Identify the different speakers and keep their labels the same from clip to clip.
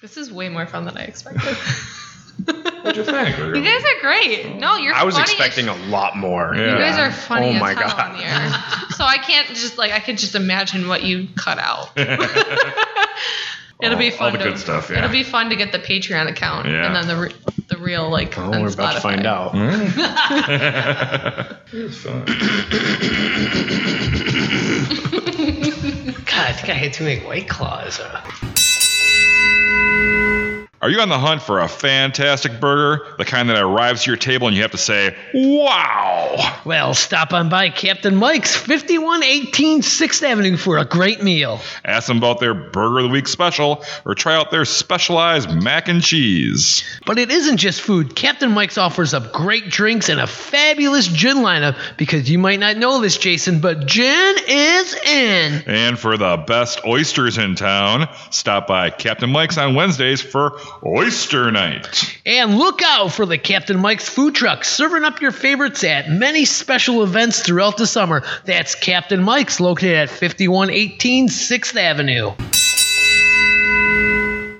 Speaker 1: This is way more fun than I expected.
Speaker 2: What'd you think?
Speaker 1: You guys are
Speaker 3: Oh.
Speaker 1: great. No, you're.
Speaker 3: I was
Speaker 1: funny as
Speaker 3: expecting a lot more.
Speaker 2: Yeah.
Speaker 1: You guys are funny
Speaker 3: Oh
Speaker 1: as
Speaker 3: my
Speaker 1: hell
Speaker 3: God.
Speaker 1: on the air. So I can't just like I can just imagine what you cut out. It'll be
Speaker 2: All-
Speaker 1: fun.
Speaker 2: all the
Speaker 1: to,
Speaker 2: good stuff, yeah.
Speaker 1: It'll be fun to get the Patreon account
Speaker 2: Yeah.
Speaker 1: and then the re- the real like.
Speaker 3: Oh,
Speaker 1: on
Speaker 3: we're about to
Speaker 1: Spotify.
Speaker 3: find out.
Speaker 4: God, I think I had too many white claws. Uh,
Speaker 2: Are you on the hunt for a fantastic burger? The kind that arrives to your table and you have to say, wow.
Speaker 4: well, stop on by Captain Mike's, 5118 6th Avenue for a great meal.
Speaker 2: Ask them about their Burger of the Week special or try out their specialized mac and cheese.
Speaker 4: But it isn't just food. Captain Mike's offers up great drinks and a fabulous gin lineup because you might not know this, Jason, but gin is in.
Speaker 2: And for the best oysters in town, stop by Captain Mike's on Wednesdays for Oyster Night.
Speaker 4: And look out for the Captain Mike's food truck serving up your favorites at many special events throughout the summer. That's Captain Mike's located at 5118 6th Avenue.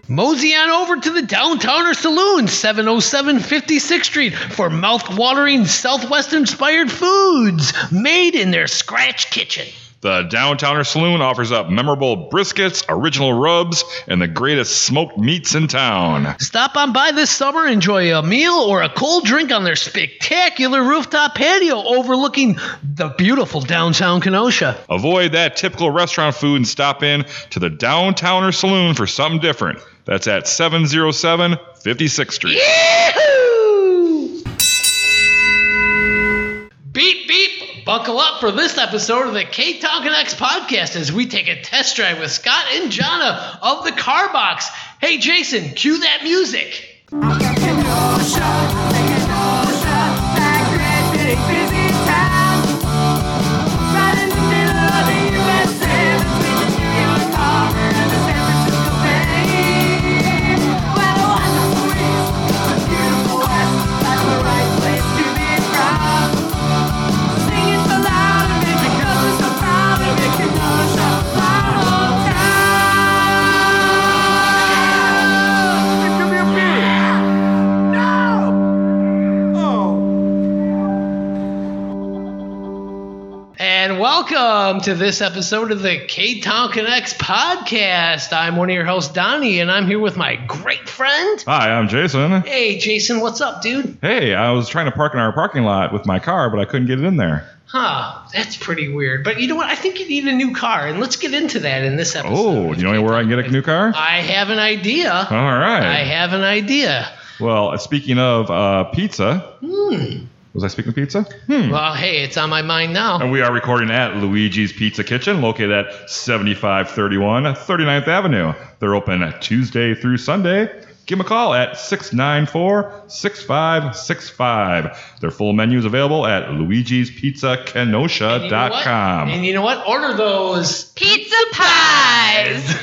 Speaker 4: Mosey on over to the Downtowner Saloon, 707 56th Street, for mouth-watering Southwest-inspired foods made in their scratch kitchen.
Speaker 2: The Downtowner Saloon offers up memorable briskets, original rubs, and the greatest smoked meats in town.
Speaker 4: Stop on by this summer, enjoy a meal or a cold drink on their spectacular rooftop patio overlooking the beautiful downtown Kenosha.
Speaker 2: Avoid that typical restaurant food and stop in to the Downtowner Saloon for something different. That's at 707 56th Street.
Speaker 4: Beep, beep. Buckle up for this episode of the K Town Connects podcast as we take a test drive with Scott and Jonna of the Car Box. Hey, Jason, cue that music. And welcome to this episode of the K Town Connects podcast. I'm one of your hosts, Donnie, and I'm here with my great friend.
Speaker 2: Hi, I'm Jason.
Speaker 4: Hey, Jason, what's up, dude?
Speaker 2: Hey, I was trying to park in our parking lot with my car, but I couldn't get it in there.
Speaker 4: Huh, that's pretty weird. But you know what? I think you need a new car, and let's get into that in this episode.
Speaker 2: Oh, do you know anywhere I can get a new car?
Speaker 4: I have an idea.
Speaker 2: All
Speaker 4: I
Speaker 2: right.
Speaker 4: have Hmm. an idea.
Speaker 2: Well, speaking of uh, pizza, was I speaking of pizza? Hmm.
Speaker 4: Well, hey, it's on my mind now.
Speaker 2: And we are recording at Luigi's Pizza Kitchen, located at 7531 39th Avenue. They're open Tuesday through Sunday. Give them a call at 694 6565. Their full menu is available at luigi's pizza
Speaker 4: And you know what? And
Speaker 2: kenosha.com.
Speaker 4: you know what? Order those
Speaker 1: Pizza pies.
Speaker 4: yes,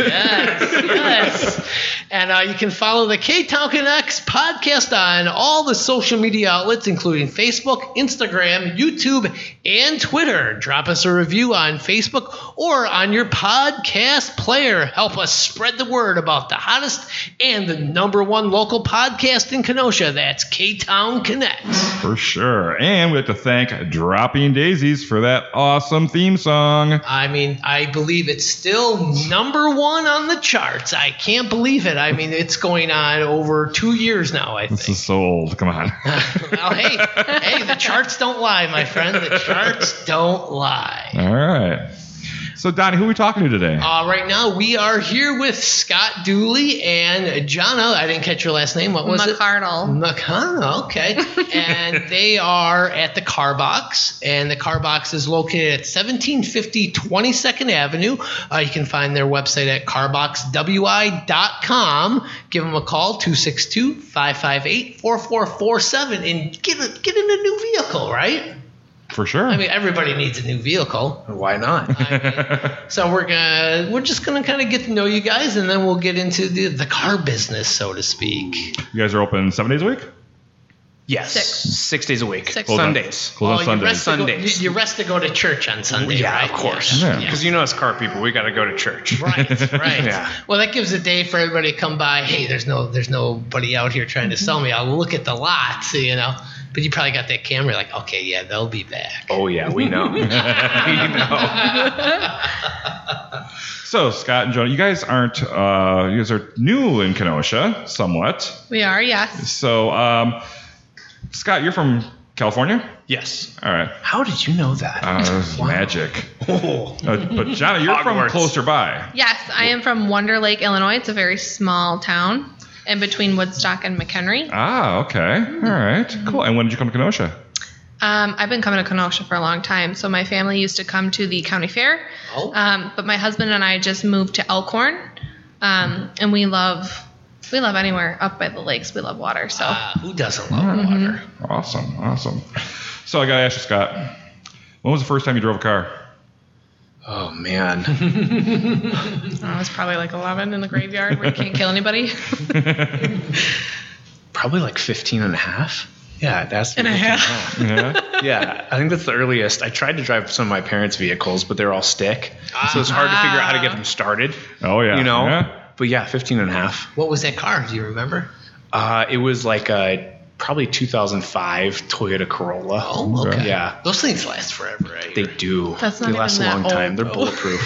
Speaker 4: yes. And uh, you can follow the K Town Connects podcast on all the social media outlets, including Facebook, Instagram, YouTube, and Twitter. Drop us a review on Facebook or on your podcast player. Help us spread the word about the hottest and the number one local podcast in Kenosha. That's K Town Connects.
Speaker 2: For sure. And we'd like to thank Dropping Daisies for that awesome theme song.
Speaker 4: I mean, I believe it's still number one on the charts. I can't believe it. I mean, it's going on over two years now, I think.
Speaker 2: This is so old. Come on.
Speaker 4: well, hey, hey, the charts don't lie, my friend. The charts don't lie.
Speaker 2: All right. So, Donnie, who are we talking to today?
Speaker 4: Uh, right now, we are here with Scott Dooley and Jonna. I didn't catch your last name. What was it?
Speaker 1: McCardle.
Speaker 4: McConnell, okay. and they are at the Car Box, and the Car Box is located at 1750 22nd Avenue. Uh, you can find their website at carboxwi.com. Give them a call, 262 558 4447, and get, a, get in a new vehicle, right?
Speaker 2: For sure.
Speaker 4: I mean, everybody needs a new vehicle.
Speaker 3: Why not?
Speaker 4: So we're gonna we're just gonna kind of get to know you guys, and then we'll get into the the car business, so to speak.
Speaker 2: you guys are open seven days a week?
Speaker 3: Yes.
Speaker 1: Six.
Speaker 3: days a week.
Speaker 1: Six. Hold
Speaker 2: on.
Speaker 3: Sundays.
Speaker 2: Close on
Speaker 4: Oh, you
Speaker 2: Sundays.
Speaker 4: rest to go-
Speaker 3: Sundays.
Speaker 4: you, you rest to go to church on Sunday.
Speaker 3: Yeah,
Speaker 4: right?
Speaker 3: of course.
Speaker 2: Yeah.
Speaker 3: Because you know us car people, we got to go to church.
Speaker 4: Right, right.
Speaker 3: Yeah.
Speaker 4: Well, that gives a day for everybody to come by. Hey, there's no, there's nobody out here trying to sell me. I'll look at the lot, you know. But you probably got that camera, like, okay, yeah, they'll be back.
Speaker 3: Oh yeah, we know. we know.
Speaker 2: So Scott and Jonah, you guys aren't uh, you guys are new in Kenosha, somewhat.
Speaker 1: We are, yes.
Speaker 2: So um, Scott, you're from California.
Speaker 3: Yes.
Speaker 2: All right,
Speaker 3: How did you know that?
Speaker 2: uh, this is magic.
Speaker 3: oh.
Speaker 2: Uh, but Jonah, you're from
Speaker 3: Hogwarts.
Speaker 2: closer by.
Speaker 1: Yes, I am from Wonder Lake, Illinois. It's a very small town in between Woodstock and McHenry.
Speaker 2: Ah, okay. All right, cool. And when did you come to Kenosha?
Speaker 1: Um, I've been coming to Kenosha for a long time. So my family used to come to the county fair.
Speaker 4: Oh.
Speaker 1: Um, but my husband and I just moved to Elkhorn. Um, and we love we love anywhere up by the lakes. We love water. So
Speaker 4: Uh, who doesn't love water?
Speaker 2: Awesome, awesome. So I gotta ask you, Scott, when was the first time you drove a car?
Speaker 3: Oh man.
Speaker 1: I was probably like 11 in the graveyard where you can't kill anybody.
Speaker 3: Probably like 15 and a half. Yeah, that's
Speaker 1: And a half.
Speaker 2: Yeah.
Speaker 3: Yeah, I think that's the earliest. I tried to drive some of my parents' vehicles, but they're all stick. So it's hard to figure out how
Speaker 1: Uh-huh.
Speaker 3: to get them started.
Speaker 2: Oh yeah.
Speaker 3: You know?
Speaker 2: Yeah.
Speaker 3: But yeah, 15 and a half.
Speaker 4: What was that car? Do you remember?
Speaker 3: Uh, it was like a probably 2005 Toyota Corolla.
Speaker 4: Oh, okay.
Speaker 3: Yeah.
Speaker 4: Those things last forever. Right?
Speaker 3: They do.
Speaker 1: That's not
Speaker 3: they last
Speaker 1: even
Speaker 3: a long
Speaker 1: that old,
Speaker 3: time. They're
Speaker 1: though.
Speaker 3: bulletproof.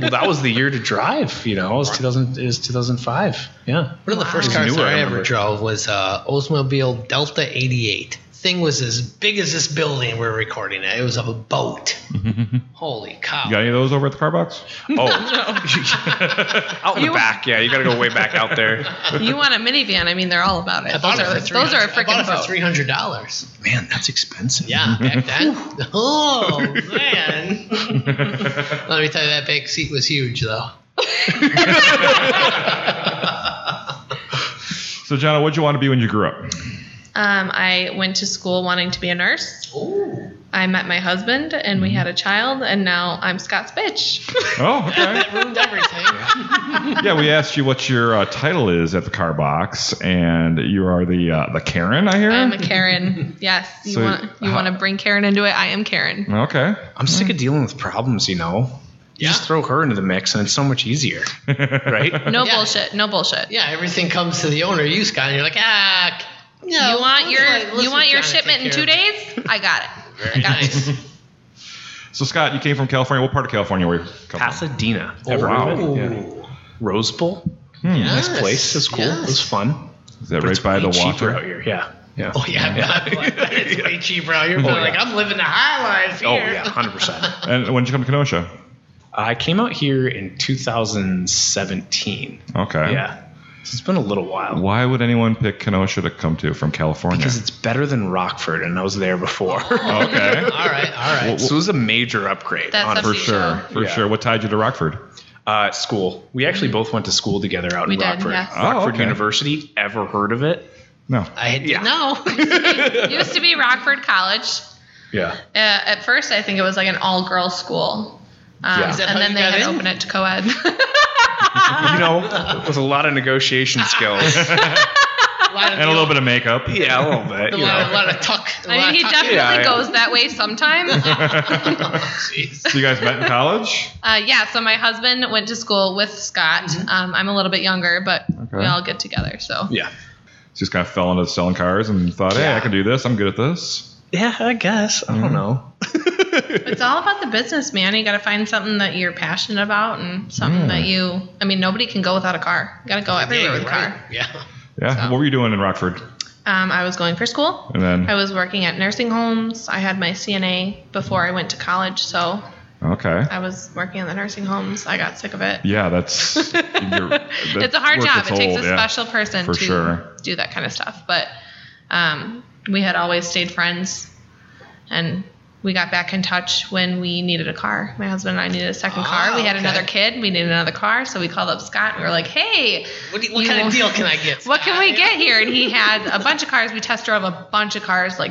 Speaker 3: well, that was the year to drive. You know, it was 2000. It was 2005. Yeah.
Speaker 4: One of the first
Speaker 1: Wow.
Speaker 4: cars
Speaker 3: Newer,
Speaker 4: that
Speaker 3: I
Speaker 4: I ever
Speaker 3: remember.
Speaker 4: drove was uh, Oldsmobile Delta 88. Thing was as big as this building we're recording at. It was of a boat. Holy cow!
Speaker 2: You got any of those over at the car box?
Speaker 3: Oh. Out in
Speaker 1: You-
Speaker 3: the back. Yeah, you got to go way back out there.
Speaker 1: you want a minivan. I mean, they're all about it.
Speaker 4: I bought
Speaker 1: Those
Speaker 4: it
Speaker 1: are,
Speaker 4: for
Speaker 1: those are a
Speaker 4: $300 I bought
Speaker 1: freaking
Speaker 4: it for
Speaker 1: boat.
Speaker 4: three hundred dollars.
Speaker 3: Man, that's expensive.
Speaker 4: Yeah, back then. oh man! Let me tell you, that back seat was huge, though.
Speaker 2: So Jonah, what'd you want to be when you grew up?
Speaker 1: Um, I went to school wanting to be a nurse.
Speaker 4: Ooh,
Speaker 1: I met my husband and we had a child, and now I'm Scott's bitch.
Speaker 2: Oh, okay.
Speaker 4: ruined everything.
Speaker 2: yeah, we asked you what your uh, title is at the car box, and you are the uh, the Karen, I hear.
Speaker 1: I'm a Karen. Yes, you
Speaker 2: So,
Speaker 1: want you
Speaker 2: how-
Speaker 1: want to bring Karen into it? I am Karen.
Speaker 2: okay.
Speaker 3: I'm sick of dealing with problems. You know. You
Speaker 4: Yeah.
Speaker 3: just throw her into the mix, and it's so much easier, right?
Speaker 1: No
Speaker 4: Yeah.
Speaker 1: bullshit. No bullshit.
Speaker 4: Yeah, everything comes to the owner, you Scott, and you're like, ah, c- no.
Speaker 1: You want your
Speaker 4: Like,
Speaker 1: you
Speaker 4: listen,
Speaker 1: want your
Speaker 4: John,
Speaker 1: shipment
Speaker 4: take
Speaker 1: in
Speaker 4: care
Speaker 1: two
Speaker 4: of
Speaker 1: days?
Speaker 4: it.
Speaker 1: I got it.
Speaker 4: Very nice.
Speaker 2: So Scott, you came from California. What part of California were you? Come from?
Speaker 3: Pasadena. Ever
Speaker 2: wow.
Speaker 3: heard of it?
Speaker 4: Ooh.
Speaker 3: Rose Bowl.
Speaker 2: Hmm,
Speaker 4: Yes.
Speaker 3: Nice place. It's cool. It was
Speaker 4: yes.
Speaker 3: fun.
Speaker 2: Is that
Speaker 3: But it's
Speaker 2: right by
Speaker 3: way
Speaker 2: the
Speaker 3: cheaper out
Speaker 2: water?
Speaker 3: here. Yeah. Yeah. Oh,
Speaker 4: Oh yeah, it's way cheaper out here. But
Speaker 3: yeah.
Speaker 4: like, I'm living the high life here.
Speaker 3: Oh yeah, hundred percent.
Speaker 2: And when did you come to Kenosha?
Speaker 3: I came out here in 2017.
Speaker 2: Okay.
Speaker 3: Yeah, so it's been a little while
Speaker 2: Why would anyone pick Kenosha to come to from California?
Speaker 3: because it's better than Rockford, and I was there before.
Speaker 2: Oh, okay.
Speaker 4: All right, all right.
Speaker 3: so it was a major upgrade.
Speaker 1: That's
Speaker 3: honestly.
Speaker 2: For
Speaker 1: up to you.
Speaker 2: sure. For
Speaker 3: Yeah.
Speaker 2: sure. What tied you to Rockford?
Speaker 3: Uh, school. We actually both went to school together out
Speaker 1: We
Speaker 3: in
Speaker 1: did,
Speaker 3: Rockford.
Speaker 1: yes. Oh,
Speaker 3: Rockford
Speaker 2: okay.
Speaker 3: University. Ever heard of it?
Speaker 2: No.
Speaker 4: I had
Speaker 3: Yeah.
Speaker 1: No, It used to be Rockford College.
Speaker 3: Yeah.
Speaker 1: Uh, at first, I think it was like an all-girls school, um,
Speaker 3: Yeah. Is
Speaker 1: and
Speaker 4: that how
Speaker 1: then
Speaker 4: you
Speaker 1: they
Speaker 4: got
Speaker 1: had
Speaker 4: in?
Speaker 1: opened it to co-ed.
Speaker 3: You know, with a lot of negotiation skills.
Speaker 4: a lot of
Speaker 2: And a little bit of makeup.
Speaker 3: yeah, a little bit.
Speaker 4: A
Speaker 3: you
Speaker 4: lot,
Speaker 3: know.
Speaker 4: a lot of tuck. a
Speaker 1: I
Speaker 4: lot
Speaker 1: mean,
Speaker 4: of
Speaker 1: he
Speaker 4: tuck.
Speaker 1: definitely
Speaker 3: Yeah, yeah.
Speaker 1: goes that way sometimes.
Speaker 4: Oh, Jeez.
Speaker 2: So you guys met in college?
Speaker 1: uh, yeah, so my husband went to school with Scott.
Speaker 4: Mm-hmm.
Speaker 1: Um, I'm a little bit younger, but we
Speaker 2: Okay.
Speaker 1: all get together. So
Speaker 3: Yeah.
Speaker 2: So you just kind of fell into selling cars and thought, hey, I can do this. I'm good at this.
Speaker 3: Yeah, I guess. I don't know.
Speaker 1: it's all about the business, man. You got to find something that you're passionate about and something that you. I mean, nobody can go without a car. You got to go everywhere with a
Speaker 4: Right,
Speaker 1: car.
Speaker 4: Yeah.
Speaker 2: Yeah. What were you doing in Rockford?
Speaker 1: Um, I was going for school.
Speaker 2: And then
Speaker 1: I was working at nursing homes. I had my CNA before I went to college, so
Speaker 2: okay.
Speaker 1: I was working in the nursing homes. I got sick of it.
Speaker 2: Yeah, that's you're-
Speaker 1: it's a hard
Speaker 2: work
Speaker 1: job.
Speaker 2: that's
Speaker 1: It takes
Speaker 2: old,
Speaker 1: a
Speaker 2: yeah.
Speaker 1: special person
Speaker 2: For
Speaker 1: to
Speaker 2: sure.
Speaker 1: do that kind of stuff. But um, we had always stayed friends, and we got back in touch when we needed a car. My husband and I needed a second car. We had
Speaker 4: Ah, okay.
Speaker 1: another kid. We needed another car, so we called up Scott and we were like, "Hey,
Speaker 4: What, do you, what
Speaker 1: You
Speaker 4: kind
Speaker 1: know.
Speaker 4: of deal can I get?
Speaker 1: what can we
Speaker 4: Scott?
Speaker 1: get here?" And he had a bunch of cars. We test drove a bunch of cars, like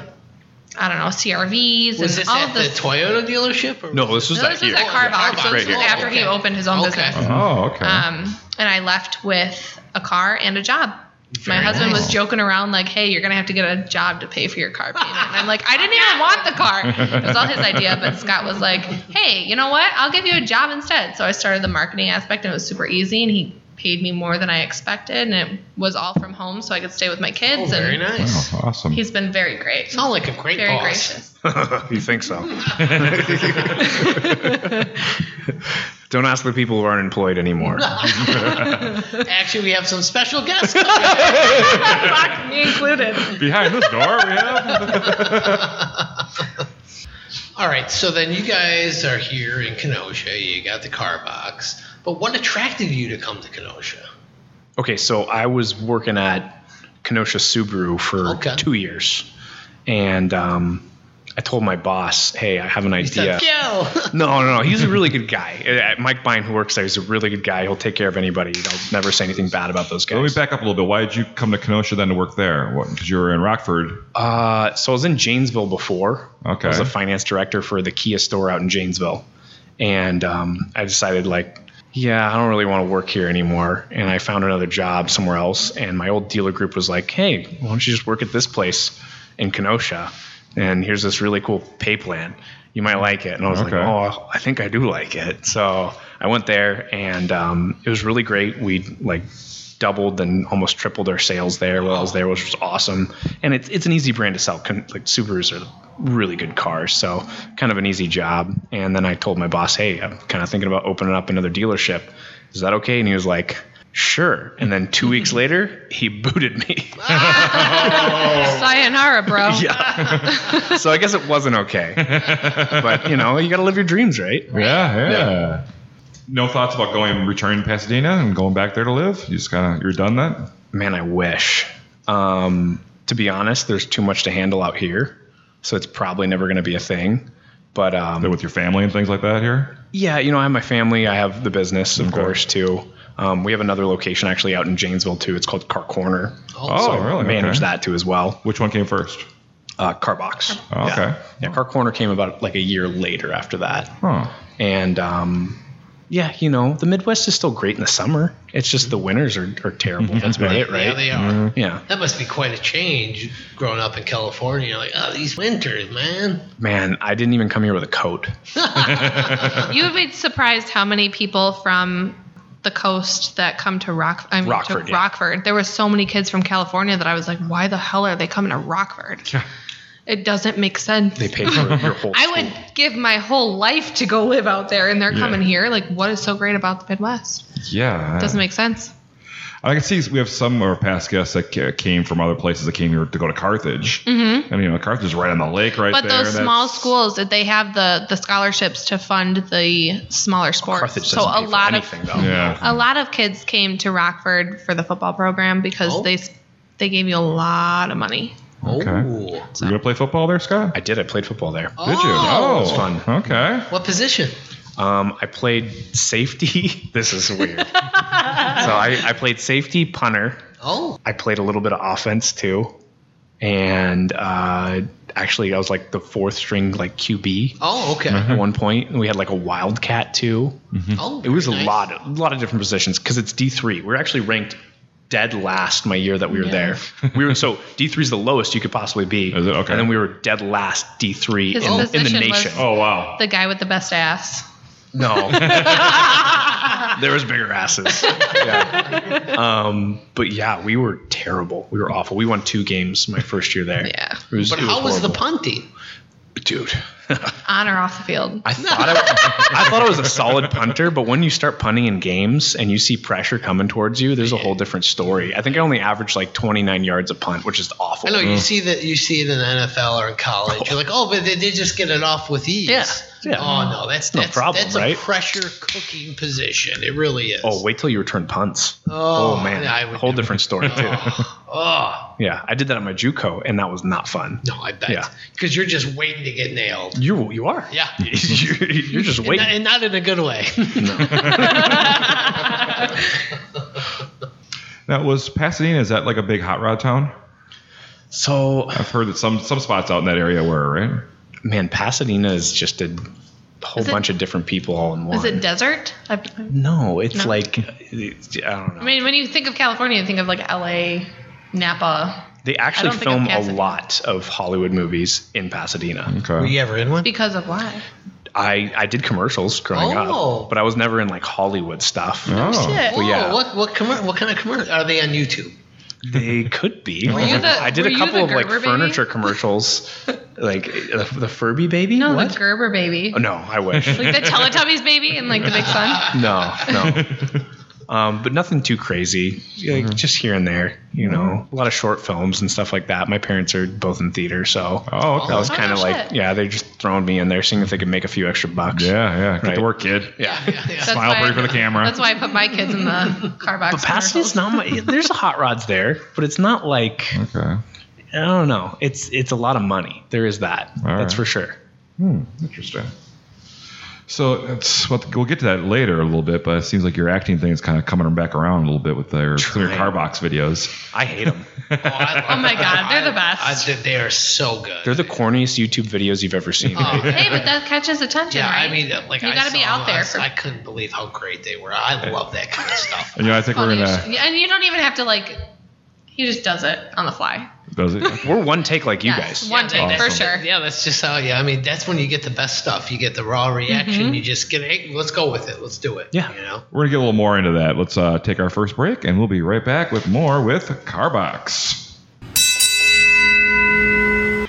Speaker 1: I don't know, CRVs and
Speaker 4: Was this
Speaker 1: all
Speaker 4: at
Speaker 1: of
Speaker 4: the
Speaker 1: this.
Speaker 4: Toyota dealership? Or
Speaker 3: No, this was
Speaker 1: No,
Speaker 3: that
Speaker 1: this
Speaker 3: here.
Speaker 1: was at Car
Speaker 4: Car
Speaker 1: Box. So
Speaker 4: Box.
Speaker 1: this was
Speaker 3: Right here.
Speaker 1: after he
Speaker 4: Okay.
Speaker 2: Uh-huh.
Speaker 1: opened his own
Speaker 4: Okay.
Speaker 1: Um, business.
Speaker 2: Oh, okay.
Speaker 1: Um, and I left with a car and a job. My
Speaker 3: Very
Speaker 1: husband
Speaker 3: nice.
Speaker 1: was joking around like, "Hey, you're gonna have to get a job to pay for your car payment." And I'm like, "I didn't even want the car." It was all his idea, but Scott was like, "Hey, you know what? I'll give you a job instead." So I started the marketing aspect, and it was super easy, and he paid me more than I expected, and it was all from home, so I could stay with my
Speaker 4: Oh,
Speaker 1: kids.
Speaker 4: very
Speaker 1: and
Speaker 2: Wow,
Speaker 4: nice.
Speaker 2: awesome.
Speaker 1: he's been very great,
Speaker 4: Sound like a great
Speaker 1: very
Speaker 4: boss.
Speaker 1: gracious.
Speaker 3: you think so? Don't ask the people who aren't employed anymore.
Speaker 4: Actually, we have some special guests.
Speaker 1: Fuck me included.
Speaker 2: Behind this door, we have.
Speaker 4: All right, so then you guys are here in Kenosha. You got the car box, but what attracted you to come to Kenosha?
Speaker 3: Okay, so I was working at Kenosha Subaru for
Speaker 4: Okay.
Speaker 3: two years, and um, I told my boss, "Hey, I have an
Speaker 4: He
Speaker 3: idea."
Speaker 4: said, "Yo."
Speaker 3: No, no, no. He's a really good guy. Uh, Mike Bine, who works there, he's a really good guy. He'll take care of anybody. He'll never say anything bad about those
Speaker 2: Let me
Speaker 3: guys.
Speaker 2: back up a little bit. Why did you come to Kenosha then to work there? Because you were in Rockford.
Speaker 3: Uh, so I was in Janesville before.
Speaker 2: Okay.
Speaker 3: I was a finance director for the Kia store out in Janesville, and um, I decided like, yeah, I don't really want to work here anymore. And I found another job somewhere else. And my old dealer group was like, hey, why don't you just work at this place in Kenosha? And here's this really cool pay plan. You might like it. And I was
Speaker 2: Okay.
Speaker 3: like, oh, I think I do like it. So I went there, and um, it was really great. We like doubled and almost tripled our sales there while I was there, which was awesome. And it's it's an easy brand to sell. Con- Like Subarus are really good cars, so kind of an easy job. And then I told my boss, hey, I'm kind of thinking about opening up another dealership. Is that okay? And he was like. Sure. And then two weeks later, he booted me.
Speaker 1: Sayonara, bro.
Speaker 3: yeah. so I guess it wasn't okay. But, you know, you got to live your dreams, right?
Speaker 2: Yeah, yeah. No thoughts about going returning to Pasadena and going back there to live. You just kind of you're done that.
Speaker 3: man, I wish. Um, to be honest, there's too much to handle out here, so it's probably never going to be a thing. But
Speaker 2: Live
Speaker 3: um,
Speaker 2: with your family and things like that here.
Speaker 3: yeah, you know, I have my family. I have the business, of
Speaker 2: Okay.
Speaker 3: course, too. Um, we have another location actually out in Janesville too. It's called Car Corner.
Speaker 2: Oh, really?
Speaker 3: Manage
Speaker 2: Okay.
Speaker 3: that too as well.
Speaker 2: Which one came first?
Speaker 3: Uh, Car Box.
Speaker 2: Oh, okay.
Speaker 3: Yeah. yeah, Car Corner came about like a year later after that.
Speaker 2: Huh.
Speaker 3: And um, yeah, you know, the Midwest is still great in the summer. It's just the winters are, are terrible. That's about it,
Speaker 4: Yeah,
Speaker 3: right? Mm-hmm.
Speaker 4: they are.
Speaker 3: yeah.
Speaker 4: That must be quite a change growing up in California. You're like, oh, these winters, man.
Speaker 3: Man, I didn't even come here with a coat.
Speaker 1: You would be surprised how many people from the coast that come to Rock, I mean,
Speaker 3: Rockford,
Speaker 1: To
Speaker 3: yeah.
Speaker 1: Rockford. There were so many kids from California that I was like, why the hell are they coming to Rockford? It doesn't make sense.
Speaker 3: They pay for your whole.
Speaker 1: I would give my whole life to go live out there, and they're
Speaker 2: Yeah.
Speaker 1: coming here. Like, what is so great about the Midwest?
Speaker 2: Yeah.
Speaker 1: Doesn't make sense.
Speaker 2: I can see we have some of our past guests that ca- came from other places that came here to go to Carthage. Mm-hmm. And you know, Carthage is right on the lake, right
Speaker 1: But
Speaker 2: there.
Speaker 1: those
Speaker 2: That's-
Speaker 1: small schools, they have the the scholarships to fund the smaller sports.
Speaker 3: Carthage
Speaker 1: so a lot of
Speaker 3: anything, though.
Speaker 2: Yeah.
Speaker 1: A lot of kids came to Rockford for the football program because
Speaker 4: Oh.
Speaker 1: they they gave you a lot of money.
Speaker 4: Oh.
Speaker 2: Were you gonna play football there, Scott?
Speaker 3: I did. I played football there.
Speaker 2: Did you?
Speaker 4: Oh.
Speaker 2: Oh,
Speaker 3: was fun.
Speaker 2: Okay.
Speaker 4: What position?
Speaker 3: Um, I played safety. this is weird. so I, I played safety, punter.
Speaker 4: Oh,
Speaker 3: I played a little bit of offense too, and uh, actually I was like the fourth string like QB
Speaker 4: oh, okay.
Speaker 3: at one point. And we had like a wildcat too.
Speaker 4: Oh,
Speaker 3: It was a
Speaker 4: very nice.
Speaker 3: lot, a lot of different positions because it's D three. We We're actually ranked dead last my year that we were there. We were so D three is the lowest you could possibly be.
Speaker 2: Is it? Okay.
Speaker 3: And then we were dead last D three in,
Speaker 1: His
Speaker 3: in the
Speaker 1: position was-
Speaker 3: nation.
Speaker 2: Oh wow.
Speaker 1: The guy with the best ass.
Speaker 3: No. there was bigger asses. Yeah. Um, but yeah, we were terrible. We were awful. We won two games my first year there.
Speaker 1: Yeah.
Speaker 3: It was,
Speaker 4: But
Speaker 3: it was
Speaker 4: how was the
Speaker 3: horrible.
Speaker 4: punting?
Speaker 3: dude?
Speaker 1: On or off the field.
Speaker 3: I thought I, I thought I was a solid punter, but when you start punting in games and you see pressure coming towards you, there's a whole different story. I think I only averaged like 29 yards a punt, which is awful.
Speaker 4: I know you see that you see it in the NFL or in college. You're like, oh, but they, they just get it off with ease.
Speaker 3: Yeah, yeah.
Speaker 4: Oh no, that's
Speaker 3: No
Speaker 4: that's,
Speaker 3: problem,
Speaker 4: That's
Speaker 3: right?
Speaker 4: a pressure cooking position. It really is.
Speaker 3: Oh, wait till you return punts.
Speaker 4: Oh,
Speaker 3: man,
Speaker 4: I would
Speaker 3: whole
Speaker 4: never-
Speaker 3: different story too.
Speaker 4: Oh
Speaker 3: Yeah, I did that at my JUCO, and that was not fun.
Speaker 4: no, I bet.
Speaker 3: Yeah.
Speaker 4: Because you're just waiting to get nailed.
Speaker 3: You you are.
Speaker 4: Yeah.
Speaker 3: you're, you're just
Speaker 4: And
Speaker 3: waiting.
Speaker 4: not, and not in a good way.
Speaker 2: Now was Pasadena is that like a big hot rod town?
Speaker 3: So,
Speaker 2: I've heard that some some spots out in that area were right.
Speaker 3: man, Pasadena is just a a whole
Speaker 1: Is it-
Speaker 3: bunch of different people all in one.
Speaker 1: Is it desert? I,
Speaker 3: no, it's
Speaker 1: No.
Speaker 3: like it's- I don't know.
Speaker 1: I mean, when you think of California, you think of like LA, Napa,
Speaker 3: they actually
Speaker 1: don't think of
Speaker 3: film a
Speaker 1: Pasadena.
Speaker 3: lot of Hollywood movies in Pasadena.
Speaker 2: Okay.
Speaker 4: Were you ever in one?
Speaker 1: because of why?
Speaker 3: I I did commercials growing
Speaker 4: Oh.
Speaker 3: up, but I was never in like Hollywood stuff.
Speaker 2: Oh.
Speaker 1: Shit.
Speaker 4: Whoa,
Speaker 3: yeah.
Speaker 4: what what commer- what kind of commercial are they on YouTube?
Speaker 3: They could be.
Speaker 1: you the-
Speaker 3: I did
Speaker 1: were
Speaker 3: a
Speaker 1: you the
Speaker 3: couple of like
Speaker 1: Gerber baby?
Speaker 3: furniture commercials, like uh, the Furby baby.
Speaker 1: No,
Speaker 3: what?
Speaker 1: the Gerber baby.
Speaker 3: Oh, no, I wish.
Speaker 1: Like the Teletubbies baby and like the big sun.
Speaker 3: no, no. Um, but nothing too crazy. Like,
Speaker 2: Hmm.
Speaker 3: Just here and there, you
Speaker 1: Hmm.
Speaker 3: know. A lot of short films and stuff like that. My parents are both in theater, so
Speaker 2: Oh, okay.
Speaker 3: that was
Speaker 1: Oh,
Speaker 3: kind of
Speaker 1: no
Speaker 3: like
Speaker 1: shit.
Speaker 3: yeah, they're just throwing me in there, seeing if they could make a few extra bucks.
Speaker 2: Yeah, yeah. Get
Speaker 3: Right.
Speaker 2: to work, kid.
Speaker 3: yeah.
Speaker 1: That's
Speaker 2: Smile
Speaker 1: why-
Speaker 2: pretty for the camera.
Speaker 1: That's why I put my kids in the car box.
Speaker 3: But Pasadena's not my. There's hot rods there, but it's not like
Speaker 2: Okay.
Speaker 3: I don't know. It's it's a lot of money. There is that.
Speaker 2: All
Speaker 3: That's
Speaker 2: right.
Speaker 3: for sure.
Speaker 2: Hmm. Interesting. So it's what we'll get to that later a little bit, but it seems like your acting thing is kind of coming back around a little bit with their, some of your car
Speaker 3: Trying.
Speaker 2: box videos.
Speaker 3: I hate them.
Speaker 4: Oh, I love
Speaker 1: Oh my
Speaker 4: them.
Speaker 1: God, they're the
Speaker 4: I-
Speaker 1: best.
Speaker 4: I- they- they are so good.
Speaker 3: They're the corniest YouTube videos you've ever seen.
Speaker 4: Oh,
Speaker 1: Hey, but that catches attention,
Speaker 4: yeah,
Speaker 1: right?
Speaker 4: I mean, like
Speaker 1: you
Speaker 4: I
Speaker 1: gotta be
Speaker 4: saw-
Speaker 1: out there. For,
Speaker 4: I, I couldn't believe how great they were. I love that kind of stuff.
Speaker 2: And you know, I think we're
Speaker 1: funny
Speaker 2: gonna.
Speaker 1: shit. and you don't even have to like. He just does it on the fly.
Speaker 2: Does it?
Speaker 3: We're one take like you
Speaker 1: Yes,
Speaker 3: guys.
Speaker 1: One
Speaker 4: Yeah,
Speaker 1: take
Speaker 4: that-
Speaker 1: for
Speaker 2: awesome.
Speaker 1: sure.
Speaker 4: Yeah, that's just how. Yeah, I mean, that's when you get the best stuff. You get the
Speaker 1: Mm-hmm.
Speaker 4: raw reaction. You just get, hey, let's go with it. Let's do it.
Speaker 3: Yeah.
Speaker 4: you know.
Speaker 2: We're gonna get a little more into that. Let's uh, take our first break, and we'll be right back with more with Carbox.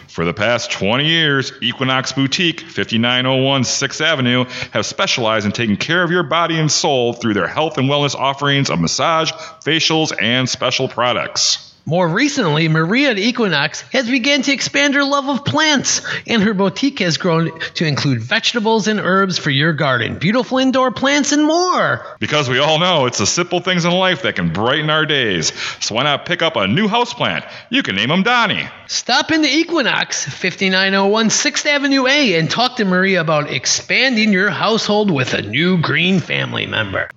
Speaker 2: For the past 20 years, Equinox Boutique, 5901 6th Avenue, have specialized in taking care of your body and soul through their health and wellness offerings of massage, facials, and special products.
Speaker 4: More recently, Maria at Equinox has begun to expand her love of plants, and her boutique has grown to include vegetables and herbs for your garden, beautiful indoor plants, and more.
Speaker 2: Because we all know it's the simple things in life that can brighten our days. So why not pick up a new houseplant? You can name him Donnie.
Speaker 4: Stop into Equinox, 5901 6th Avenue A, and talk to Maria about expanding your household with a new green family member.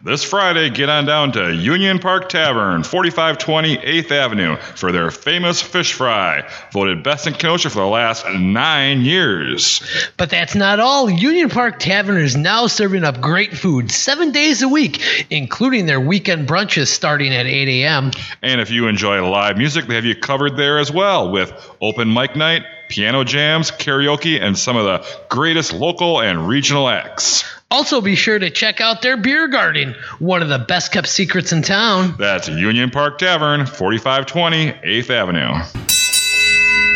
Speaker 2: This Friday, get on down to Union Park Tavern, 4520 8th Avenue, for their famous fish fry, voted best in Kenosha for the last nine years.
Speaker 4: But that's not all. Union Park Tavern is now serving up great food seven days a week, including their weekend brunches starting at 8 a.m.
Speaker 2: And if you enjoy live music, they have you covered there as well with open mic night, piano jams, karaoke, and some of the greatest local and regional acts.
Speaker 4: Also, be sure to check out their beer garden, one of the best kept secrets in town.
Speaker 2: That's Union Park Tavern, 4520 8th Avenue.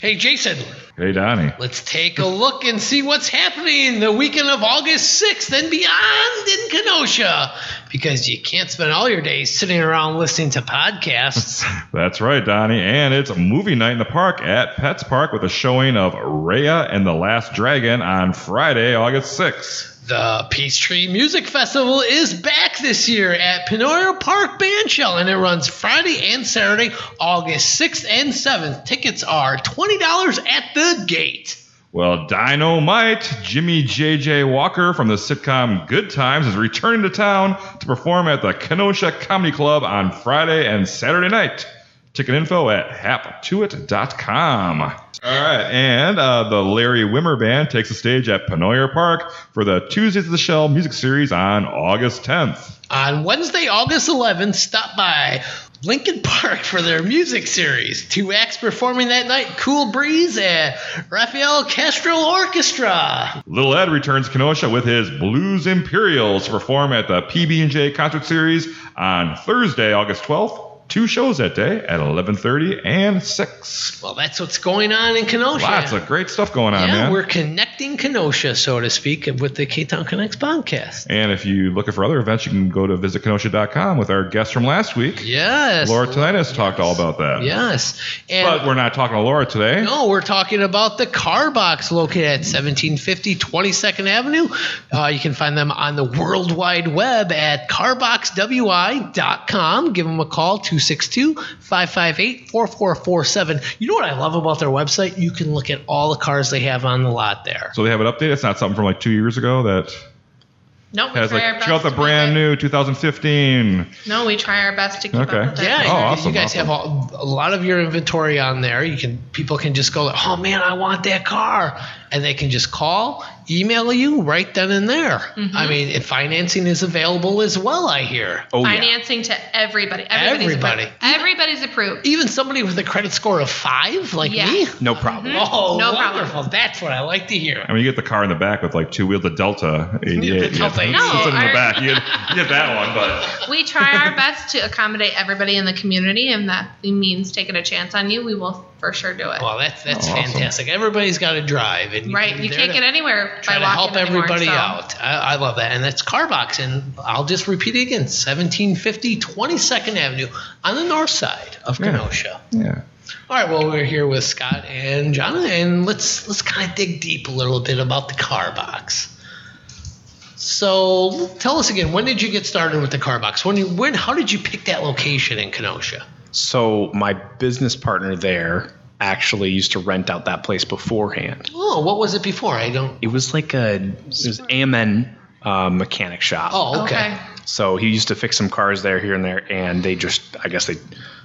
Speaker 4: Hey, Jason,
Speaker 2: Hey, Donnie.
Speaker 4: let's take a look and see what's happening the weekend of August 6th and beyond in Kenosha because you can't spend all your days sitting around listening to podcasts.
Speaker 2: That's right, Donnie. And it's movie night in the park at Pets Park with a showing of Raya and the Last Dragon on Friday, August 6th.
Speaker 4: The Peachtree Music Festival is back this year at Pinoria Park Bandshell, and it runs Friday and Saturday, August 6th and 7th. Tickets are $20 at the gate.
Speaker 2: Well, Dynamite, Jimmy J.J. Walker from the sitcom Good Times is returning to town to perform at the Kenosha Comedy Club on Friday and Saturday night. Ticket info at haptoit.com. All right, and uh, the Larry Wimmer Band takes the stage at Panoyer Park for the Tuesdays of the Shell music series on August 10th.
Speaker 4: On Wednesday, August 11th, stop by Lincoln Park for their music series. Two acts performing that night Cool Breeze and Rafael Castro Orchestra.
Speaker 2: Little Ed returns to Kenosha with his Blues Imperials to perform at the PB&J Concert Series on Thursday, August 12th. Two shows that day at 11:30 and 6.
Speaker 4: Well, that's what's going on in Kenosha.
Speaker 2: Lots of great stuff going on,
Speaker 4: yeah,
Speaker 2: man.
Speaker 4: we're connecting Kenosha, so to speak, with the K Town Connects podcast.
Speaker 2: and if you're looking for other events, you can go to visitkenosha.com with our guest from last week.
Speaker 4: Yes.
Speaker 2: Laura Tinnitus talked all about that.
Speaker 4: Yes. And
Speaker 2: But we're not talking to Laura today.
Speaker 4: No, we're talking about the Car Box located at 1750 22nd Avenue. Uh, you can find them on the World Wide Web at carboxwi.com. Give them a call, 262 558 4447. You know what I love about their website? You can look at all the cars they have on the lot there.
Speaker 2: So they have an update. It's not something from like 2 years ago that
Speaker 1: Nope. we
Speaker 2: Has
Speaker 1: try our
Speaker 2: like
Speaker 1: best
Speaker 2: check out the
Speaker 1: to
Speaker 2: brand
Speaker 1: make
Speaker 2: new 2015.
Speaker 1: it- No, we try our best to keep
Speaker 2: Okay.
Speaker 1: up with it.
Speaker 4: Yeah, you,
Speaker 2: Oh, awesome,
Speaker 4: you guys
Speaker 2: awesome.
Speaker 4: have all, a lot of your inventory on there. You can people can just go, like, oh man, I want that car, and they can just call, email you right then and there.
Speaker 1: Mm-hmm.
Speaker 4: I mean, if financing is available as well. I hear
Speaker 3: Oh yeah.
Speaker 1: Financing to everybody. Everybody's
Speaker 4: Everybody.
Speaker 1: approved. Everybody's approved.
Speaker 4: even somebody with a credit score of five, like
Speaker 1: Yeah. Mm-hmm.
Speaker 4: me.
Speaker 3: No problem.
Speaker 4: Oh,
Speaker 1: No problem.
Speaker 4: wonderful! That's what I like to hear.
Speaker 2: I mean, you get the car in the back with like two wheels, the Delta. Yeah,
Speaker 4: the Delta.
Speaker 2: it's-
Speaker 1: No,
Speaker 2: it's in the
Speaker 1: our-
Speaker 2: back. You get, you get that one, but
Speaker 1: We try our best to accommodate everybody in the community, and that means taking a chance on you. We will for sure do it.
Speaker 4: Well, that's that's
Speaker 2: Oh, awesome.
Speaker 4: fantastic. Everybody's got to drive, and
Speaker 1: right? You
Speaker 4: they're
Speaker 1: can't
Speaker 4: to
Speaker 1: get anywhere
Speaker 4: Try
Speaker 1: by
Speaker 4: to
Speaker 1: walking
Speaker 4: help
Speaker 1: anymore,
Speaker 4: everybody
Speaker 1: so-
Speaker 4: out. I, I love that, and that's Carbox, and I'll just repeat it again: 1750 22nd Avenue on the north side of
Speaker 2: Yeah.
Speaker 4: Kenosha.
Speaker 2: yeah.
Speaker 4: All right, well, we're here with Scott and Jonathan, and let's let's kind of dig deep a little bit about the Carbox. So, tell us again: when did you get started with the Carbox? When you when? How did you pick that location in Kenosha?
Speaker 3: So my business partner there actually used to rent out that place beforehand.
Speaker 4: Oh, what was it before? I don't.
Speaker 3: It was like a it was AMN uh, mechanic shop.
Speaker 4: Oh, okay.
Speaker 1: Okay.
Speaker 3: So he used to fix some cars there, here and there, and they just, I guess they,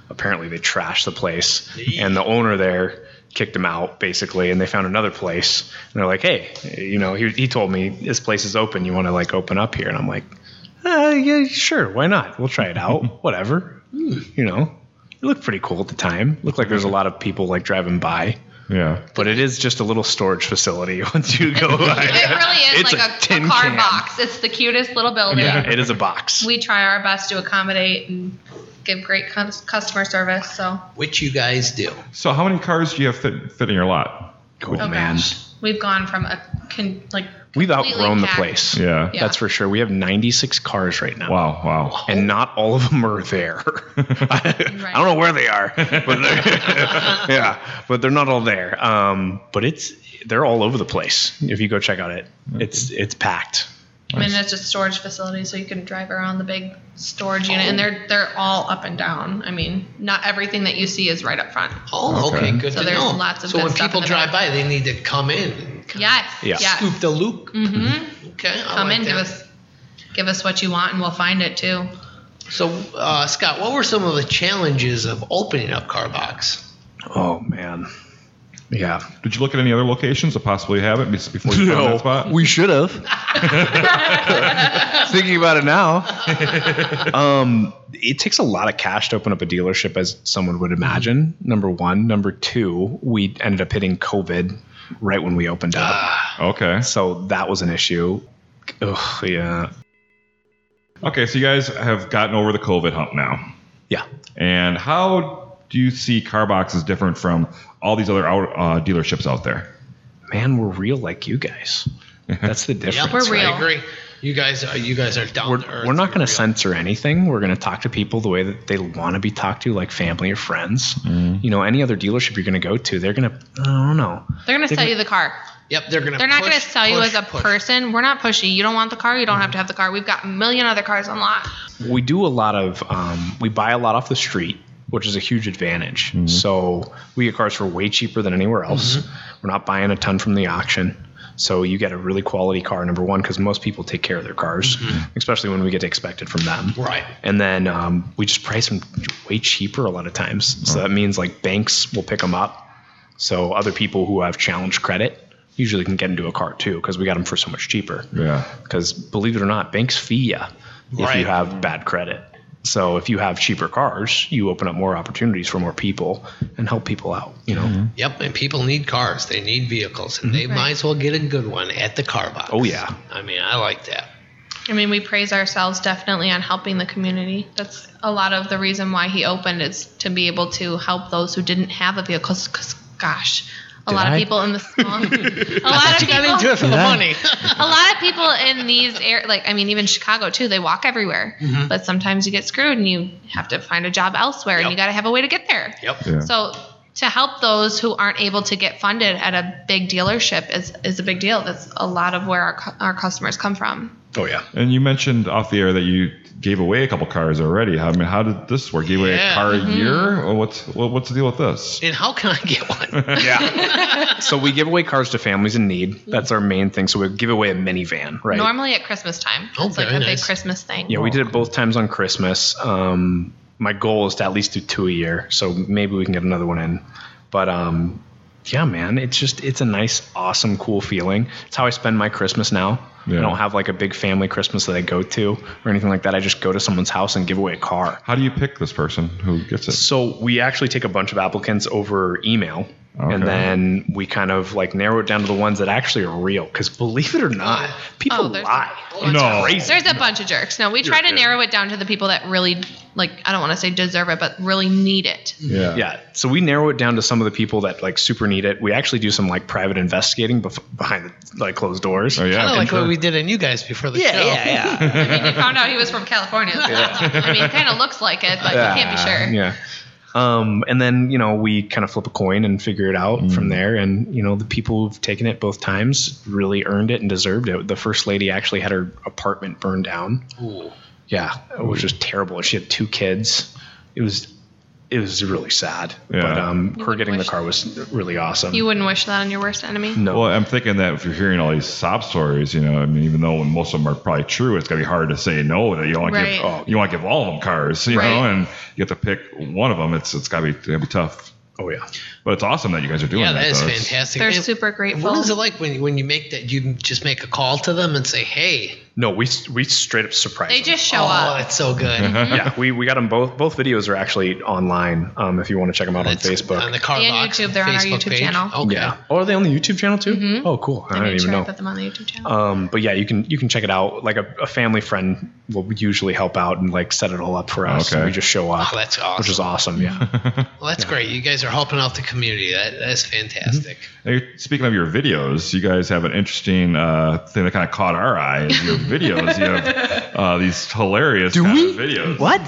Speaker 3: apparently they trashed the place, and the owner there kicked him out basically, and they found another place, and they're like, hey, you know, he, he told me this place is open, you want to like open up here, and I'm like, uh, yeah, sure, why not? We'll try it out, whatever, you know. It looked pretty cool at the time. Looked like there's a lot of people like driving by,
Speaker 2: Yeah.
Speaker 3: but it is just a little storage facility once you go by.
Speaker 1: It really is
Speaker 3: It's
Speaker 1: like
Speaker 3: a
Speaker 1: a,
Speaker 3: tin
Speaker 1: a car
Speaker 3: can.
Speaker 1: box. It's the cutest little building.
Speaker 3: Yeah, it is a box.
Speaker 1: We try our best to accommodate and give great cus- customer service. So
Speaker 4: Which you guys do?
Speaker 2: So how many cars do you have fit, fit in your lot?
Speaker 3: Good
Speaker 1: Oh,
Speaker 3: man.
Speaker 1: gosh. We've gone from a con- like
Speaker 3: We've
Speaker 1: completely
Speaker 3: outgrown the
Speaker 1: packed-
Speaker 3: place.
Speaker 2: Yeah.
Speaker 1: Yeah.
Speaker 3: That's for sure. We have 96 cars right now.
Speaker 2: Wow. Wow.
Speaker 3: And not all of them are there. I, I don't know where they are, but they're, yeah, but they're not all there. Um, but it's they're all over the place. If you go check out it, it's it's packed.
Speaker 1: I mean it's just storage facility, so you can drive around the big storage unit, and
Speaker 4: Oh.
Speaker 1: they're they're all up and down. I mean, not everything that you see is right up front.
Speaker 4: Oh, okay,
Speaker 2: Okay.
Speaker 4: good
Speaker 1: So
Speaker 4: to
Speaker 1: there's
Speaker 4: know.
Speaker 1: lots of
Speaker 4: so
Speaker 1: good
Speaker 4: when
Speaker 1: stuff
Speaker 4: people
Speaker 1: in the
Speaker 4: drive
Speaker 1: back.
Speaker 4: by, they need to come in, and kind
Speaker 1: Yes.
Speaker 3: Yeah.
Speaker 1: Yes.
Speaker 4: of scoop the loop.
Speaker 1: Mm-hmm.
Speaker 4: Okay, I
Speaker 1: Come
Speaker 4: like
Speaker 1: in, give
Speaker 4: that.
Speaker 1: us give us what you want, and we'll find it too.
Speaker 4: So, uh, Scott, what were some of the challenges of opening up Carbox?
Speaker 3: Oh man, yeah.
Speaker 2: Did you look at any other locations that possibly have it bes- before you found that spot?
Speaker 3: we should have. Thinking about it now, um, it takes a lot of cash to open up a dealership, as someone would imagine. Number one, number two, we ended up hitting COVID right when we opened up.
Speaker 2: Okay.
Speaker 3: So that was an issue. Ugh, yeah.
Speaker 2: Okay. So you guys have gotten over the COVID hump now,
Speaker 3: Yeah.
Speaker 2: and how do you see Carbox as different from all these other out, uh, dealerships out there?
Speaker 3: Man, we're real like you guys. That's the difference.
Speaker 1: We're real.
Speaker 4: I agree. You guys, are, you guys are down to
Speaker 3: We're,
Speaker 4: earth.
Speaker 3: we're not
Speaker 4: You're
Speaker 3: going to
Speaker 4: real.
Speaker 3: censor anything. We're going to talk to people the way that they want to be talked to, like family or friends. You know, any other dealership you're going to go to, they're going to, I don't know.
Speaker 1: They're gonna sell you the car.
Speaker 4: Yep, they're gonna.
Speaker 1: They're not going to
Speaker 4: push,
Speaker 1: sell you
Speaker 4: push,
Speaker 1: as a
Speaker 4: push. Mm-hmm.
Speaker 1: person. We're not pushy. You don't want the car. You don't have to have the car. We've got a million other cars on lot.
Speaker 3: we do a lot of um, we buy a lot off the street which is a huge advantage so we get cars for way cheaper than
Speaker 4: Mm-hmm.
Speaker 3: anywhere else we're not buying a ton from the auction so you get a really quality car number one because most people take care of their cars
Speaker 4: Mm-hmm.
Speaker 3: especially when we get to expect it from them
Speaker 4: Right.
Speaker 3: and then um, we just price them way cheaper a lot of times so that means like banks will pick them up so other people who have challenged credit usually can get into a car too because we got them for so much cheaper
Speaker 2: Yeah.
Speaker 3: because believe it or not, banks fee you if
Speaker 4: Right.
Speaker 3: you have bad credit. So if you have cheaper cars, you open up more opportunities for more people and help people out. You know,
Speaker 4: Yep, and people need cars. They need vehicles, and they might
Speaker 1: Right.
Speaker 4: as well get a good one at the Carbox.
Speaker 3: Mm-hmm. Oh, yeah.
Speaker 4: I mean, I like that.
Speaker 1: I mean, we praise ourselves definitely on helping the community. That's a lot of the reason why he opened is to be able to help those who didn't have a vehicle. 'Cause, gosh, a
Speaker 3: Did
Speaker 1: lot
Speaker 3: I?
Speaker 1: of people in the small, a lot of
Speaker 4: You got into
Speaker 1: people,
Speaker 4: it for the
Speaker 3: Yeah.
Speaker 4: money.
Speaker 1: a lot of people in these air, like I mean, even Chicago too. They walk everywhere,
Speaker 3: Mm-hmm.
Speaker 1: but sometimes you get screwed and you have to find a job elsewhere,
Speaker 4: Yep.
Speaker 1: and you got to have a way to get there.
Speaker 4: yep.
Speaker 2: Yeah.
Speaker 1: So to help those who aren't able to get funded at a big dealership is, is a big deal. That's a lot of where our, cu- our customers come from.
Speaker 3: oh yeah,
Speaker 2: And you mentioned off the air that you gave away a couple cars already. I mean, how did this work? Gave away a
Speaker 4: Yeah. mm-hmm.
Speaker 2: car a year? Or what's what, what's the deal with this?
Speaker 4: And how can I get one?
Speaker 3: Yeah. so we give away cars to families in need. That's our main thing. So we give away a minivan, right?
Speaker 1: Normally at Christmas time.
Speaker 4: Oh,
Speaker 1: it's like
Speaker 4: very
Speaker 1: a big
Speaker 4: nice.
Speaker 1: Christmas thing.
Speaker 2: Oh,
Speaker 3: Yeah, we did it both times on Christmas. Um, my goal is to at least do two a year, so maybe we can get another one in. But um, yeah, man, it's just it's a nice, awesome, cool feeling. It's how I spend my Christmas now.
Speaker 2: Yeah.
Speaker 3: I don't have like a big family Christmas that I go to or anything like that. I just go to someone's house and give away a car.
Speaker 2: How do you pick this person who gets it?
Speaker 3: So we actually take a bunch of applicants over email.
Speaker 2: Okay.
Speaker 3: And then we kind of like narrow it down to the ones that actually are real. Because believe it or not, people
Speaker 1: Oh, there's-
Speaker 3: lie.
Speaker 1: well,
Speaker 2: No.
Speaker 1: it's-
Speaker 2: Crazy.
Speaker 1: There's a bunch of jerks. No, we try to
Speaker 3: kidding.
Speaker 1: narrow it down to the people that really, like, I don't want to say deserve it, but really need it.
Speaker 2: Yeah.
Speaker 3: Yeah. So we narrow it down to some of the people that like super need it. We actually do some like private investigating bef- behind the, like closed doors.
Speaker 2: Oh yeah.
Speaker 4: Kind of like
Speaker 3: sure.
Speaker 4: what we did in you guys before the show.
Speaker 3: yeah, yeah.
Speaker 1: I mean, you found out he was from California. So, I mean, kind of looks like it, but you can't be sure.
Speaker 3: Yeah. Um, and then you know we kind of flip a coin and figure it out from there. And you know the people who've taken it both times really earned it and deserved it. The first lady actually had her apartment burned down.
Speaker 4: Ooh.
Speaker 3: Yeah, it was just terrible. She had two kids. It was it was really sad.
Speaker 2: Yeah.
Speaker 3: But um, her getting the
Speaker 1: wish-
Speaker 3: car was really awesome.
Speaker 1: You wouldn't wish that on your worst enemy.
Speaker 3: no.
Speaker 2: Well, I'm thinking that if you're hearing all these sob stories, you know, I mean, even though most of them are probably true, it's gonna be hard to say no. That you want to
Speaker 1: Right.
Speaker 2: give, you want to give all of them cars, you know,
Speaker 1: Right.
Speaker 2: and you have to pick one of them. It's it's gotta be it's gonna be tough.
Speaker 3: oh yeah.
Speaker 2: But it's awesome that you guys are doing
Speaker 4: Yeah,
Speaker 2: that.
Speaker 4: that is
Speaker 2: though. It's-
Speaker 4: fantastic.
Speaker 1: They're
Speaker 4: And
Speaker 1: super grateful.
Speaker 4: What is it like when you, when you make that? You just make a call to them and say, "Hey,
Speaker 3: No, we we straight up surprised.
Speaker 1: They
Speaker 3: them.
Speaker 1: just show
Speaker 4: oh,
Speaker 1: up.
Speaker 4: it's so good."
Speaker 3: yeah, we, we got them both. Both videos are actually online. Um, if you want to check them out
Speaker 4: It's
Speaker 3: on Facebook.
Speaker 4: on the car
Speaker 1: And
Speaker 4: box,
Speaker 1: YouTube. They're on our
Speaker 4: Facebook
Speaker 1: YouTube
Speaker 4: page.
Speaker 1: channel.
Speaker 4: Okay.
Speaker 3: Yeah. Oh, are they on the YouTube channel too? Oh, cool.
Speaker 1: I
Speaker 3: I, don't
Speaker 1: Mm-hmm. made
Speaker 3: even
Speaker 1: sure I
Speaker 3: know.
Speaker 1: put them on the YouTube channel.
Speaker 3: Um, but yeah, you can you can check it out. Like a, a family friend will usually help out and like set it all up for us.
Speaker 2: Okay.
Speaker 3: And we just show up,
Speaker 4: Oh, that's awesome.
Speaker 3: which is awesome. Yeah. Mhm.
Speaker 4: Well, that's great. You guys are helping out the community. That that's fantastic.
Speaker 2: Now, you're- Speaking of your videos, you guys have an interesting uh, thing that kind of caught our eye. Is your videos, you have uh, these hilarious kind of videos.
Speaker 3: what?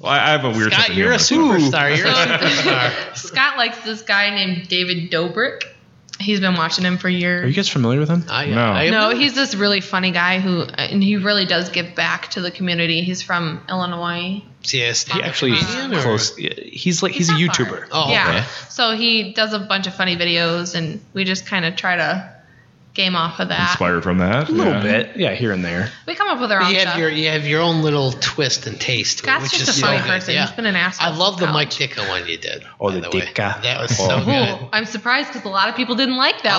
Speaker 2: Well, I I have a weird. sense
Speaker 4: Scott,
Speaker 2: of
Speaker 4: you're a
Speaker 2: humor.
Speaker 4: superstar. You're a superstar.
Speaker 1: Um, Scott likes this guy named David Dobrik. He's been watching him for
Speaker 3: Are you
Speaker 1: years.
Speaker 3: guys familiar with them?
Speaker 4: I,
Speaker 2: No.
Speaker 4: I am
Speaker 1: No,
Speaker 4: not.
Speaker 1: he's this really funny guy who, and he really does give back to the community. He's from Illinois.
Speaker 4: yeah,
Speaker 3: He
Speaker 4: Steve
Speaker 3: actually
Speaker 4: Canadian or-
Speaker 3: close. He's like he's, a
Speaker 1: not far.
Speaker 3: YouTuber.
Speaker 4: Oh,
Speaker 1: yeah.
Speaker 4: okay.
Speaker 1: So he does a bunch of funny videos, and we just kind of try to game off of that.
Speaker 2: Inspired from that
Speaker 3: A little bit. Yeah, here and there.
Speaker 1: We come up with our own
Speaker 4: You have
Speaker 1: stuff.
Speaker 4: your you have your own little twist and taste.
Speaker 1: Scott's
Speaker 4: which
Speaker 1: just
Speaker 4: is
Speaker 1: a funny
Speaker 4: so good.
Speaker 1: person.
Speaker 4: Yeah.
Speaker 1: He's been an asshole.
Speaker 4: I love the
Speaker 1: since
Speaker 4: Mike
Speaker 1: college.
Speaker 4: Dicka one you did.
Speaker 3: Oh,
Speaker 4: by
Speaker 3: the
Speaker 4: way.
Speaker 3: Dicka.
Speaker 4: That was
Speaker 3: Oh.
Speaker 4: so
Speaker 3: Cool.
Speaker 1: Cool.
Speaker 4: good.
Speaker 1: I'm surprised because a lot of people didn't like that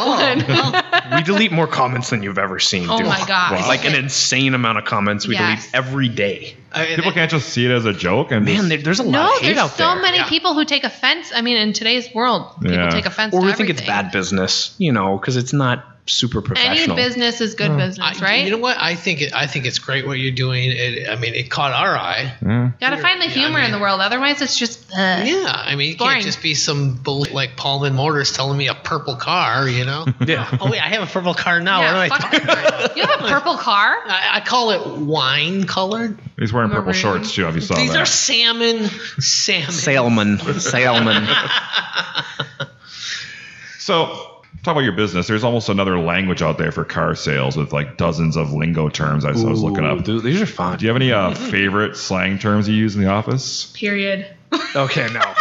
Speaker 4: Oh.
Speaker 1: one.
Speaker 3: We delete more comments than you've ever seen.
Speaker 1: Oh
Speaker 3: dude.
Speaker 1: my gosh.
Speaker 2: Wow.
Speaker 3: Like an insane amount of comments we
Speaker 1: Yes.
Speaker 3: delete every day.
Speaker 4: I- and
Speaker 2: People
Speaker 4: I-
Speaker 2: can't just see it as a joke and
Speaker 3: Man,
Speaker 2: just-
Speaker 3: there, there's a lot
Speaker 1: no,
Speaker 3: of hate
Speaker 1: there's
Speaker 3: out
Speaker 1: so
Speaker 3: there.
Speaker 1: many
Speaker 4: Yeah.
Speaker 1: people who take offense. I mean, in today's world, people
Speaker 2: Yeah.
Speaker 1: take offense.
Speaker 3: or
Speaker 1: to
Speaker 3: we think it's
Speaker 1: everything.
Speaker 3: bad business, you know, because it's not super
Speaker 1: Any
Speaker 3: professional.
Speaker 1: business is good business,
Speaker 4: I-
Speaker 1: right?
Speaker 4: You know what? I think it, I think it's great what you're doing. It, I mean, it caught our eye.
Speaker 2: Yeah.
Speaker 1: Gotta find the humor in the world. Otherwise, it's just. ugh.
Speaker 4: Yeah, I mean, you
Speaker 1: Boring.
Speaker 4: can't just be some bull, like Paulman Motors telling me a purple car. You know?
Speaker 3: Yeah.
Speaker 4: oh wait, I have a purple car now.
Speaker 1: Yeah,
Speaker 4: what am I
Speaker 1: fuck
Speaker 4: talking
Speaker 1: that car. You have a purple car?
Speaker 4: I, I call it wine colored.
Speaker 2: He's wearing purple
Speaker 1: Maroon.
Speaker 2: shorts too. If you saw
Speaker 4: These
Speaker 2: that,
Speaker 4: are salmon, salmon.
Speaker 3: Salmon. Salmon.
Speaker 2: so talk about your business. There's almost another language out there for car sales with like dozens of lingo terms. I, was- I was looking up. Do
Speaker 3: Dude, these are fun.
Speaker 2: you have any uh, favorite slang terms you use in the office?
Speaker 1: Period.
Speaker 3: Okay, no.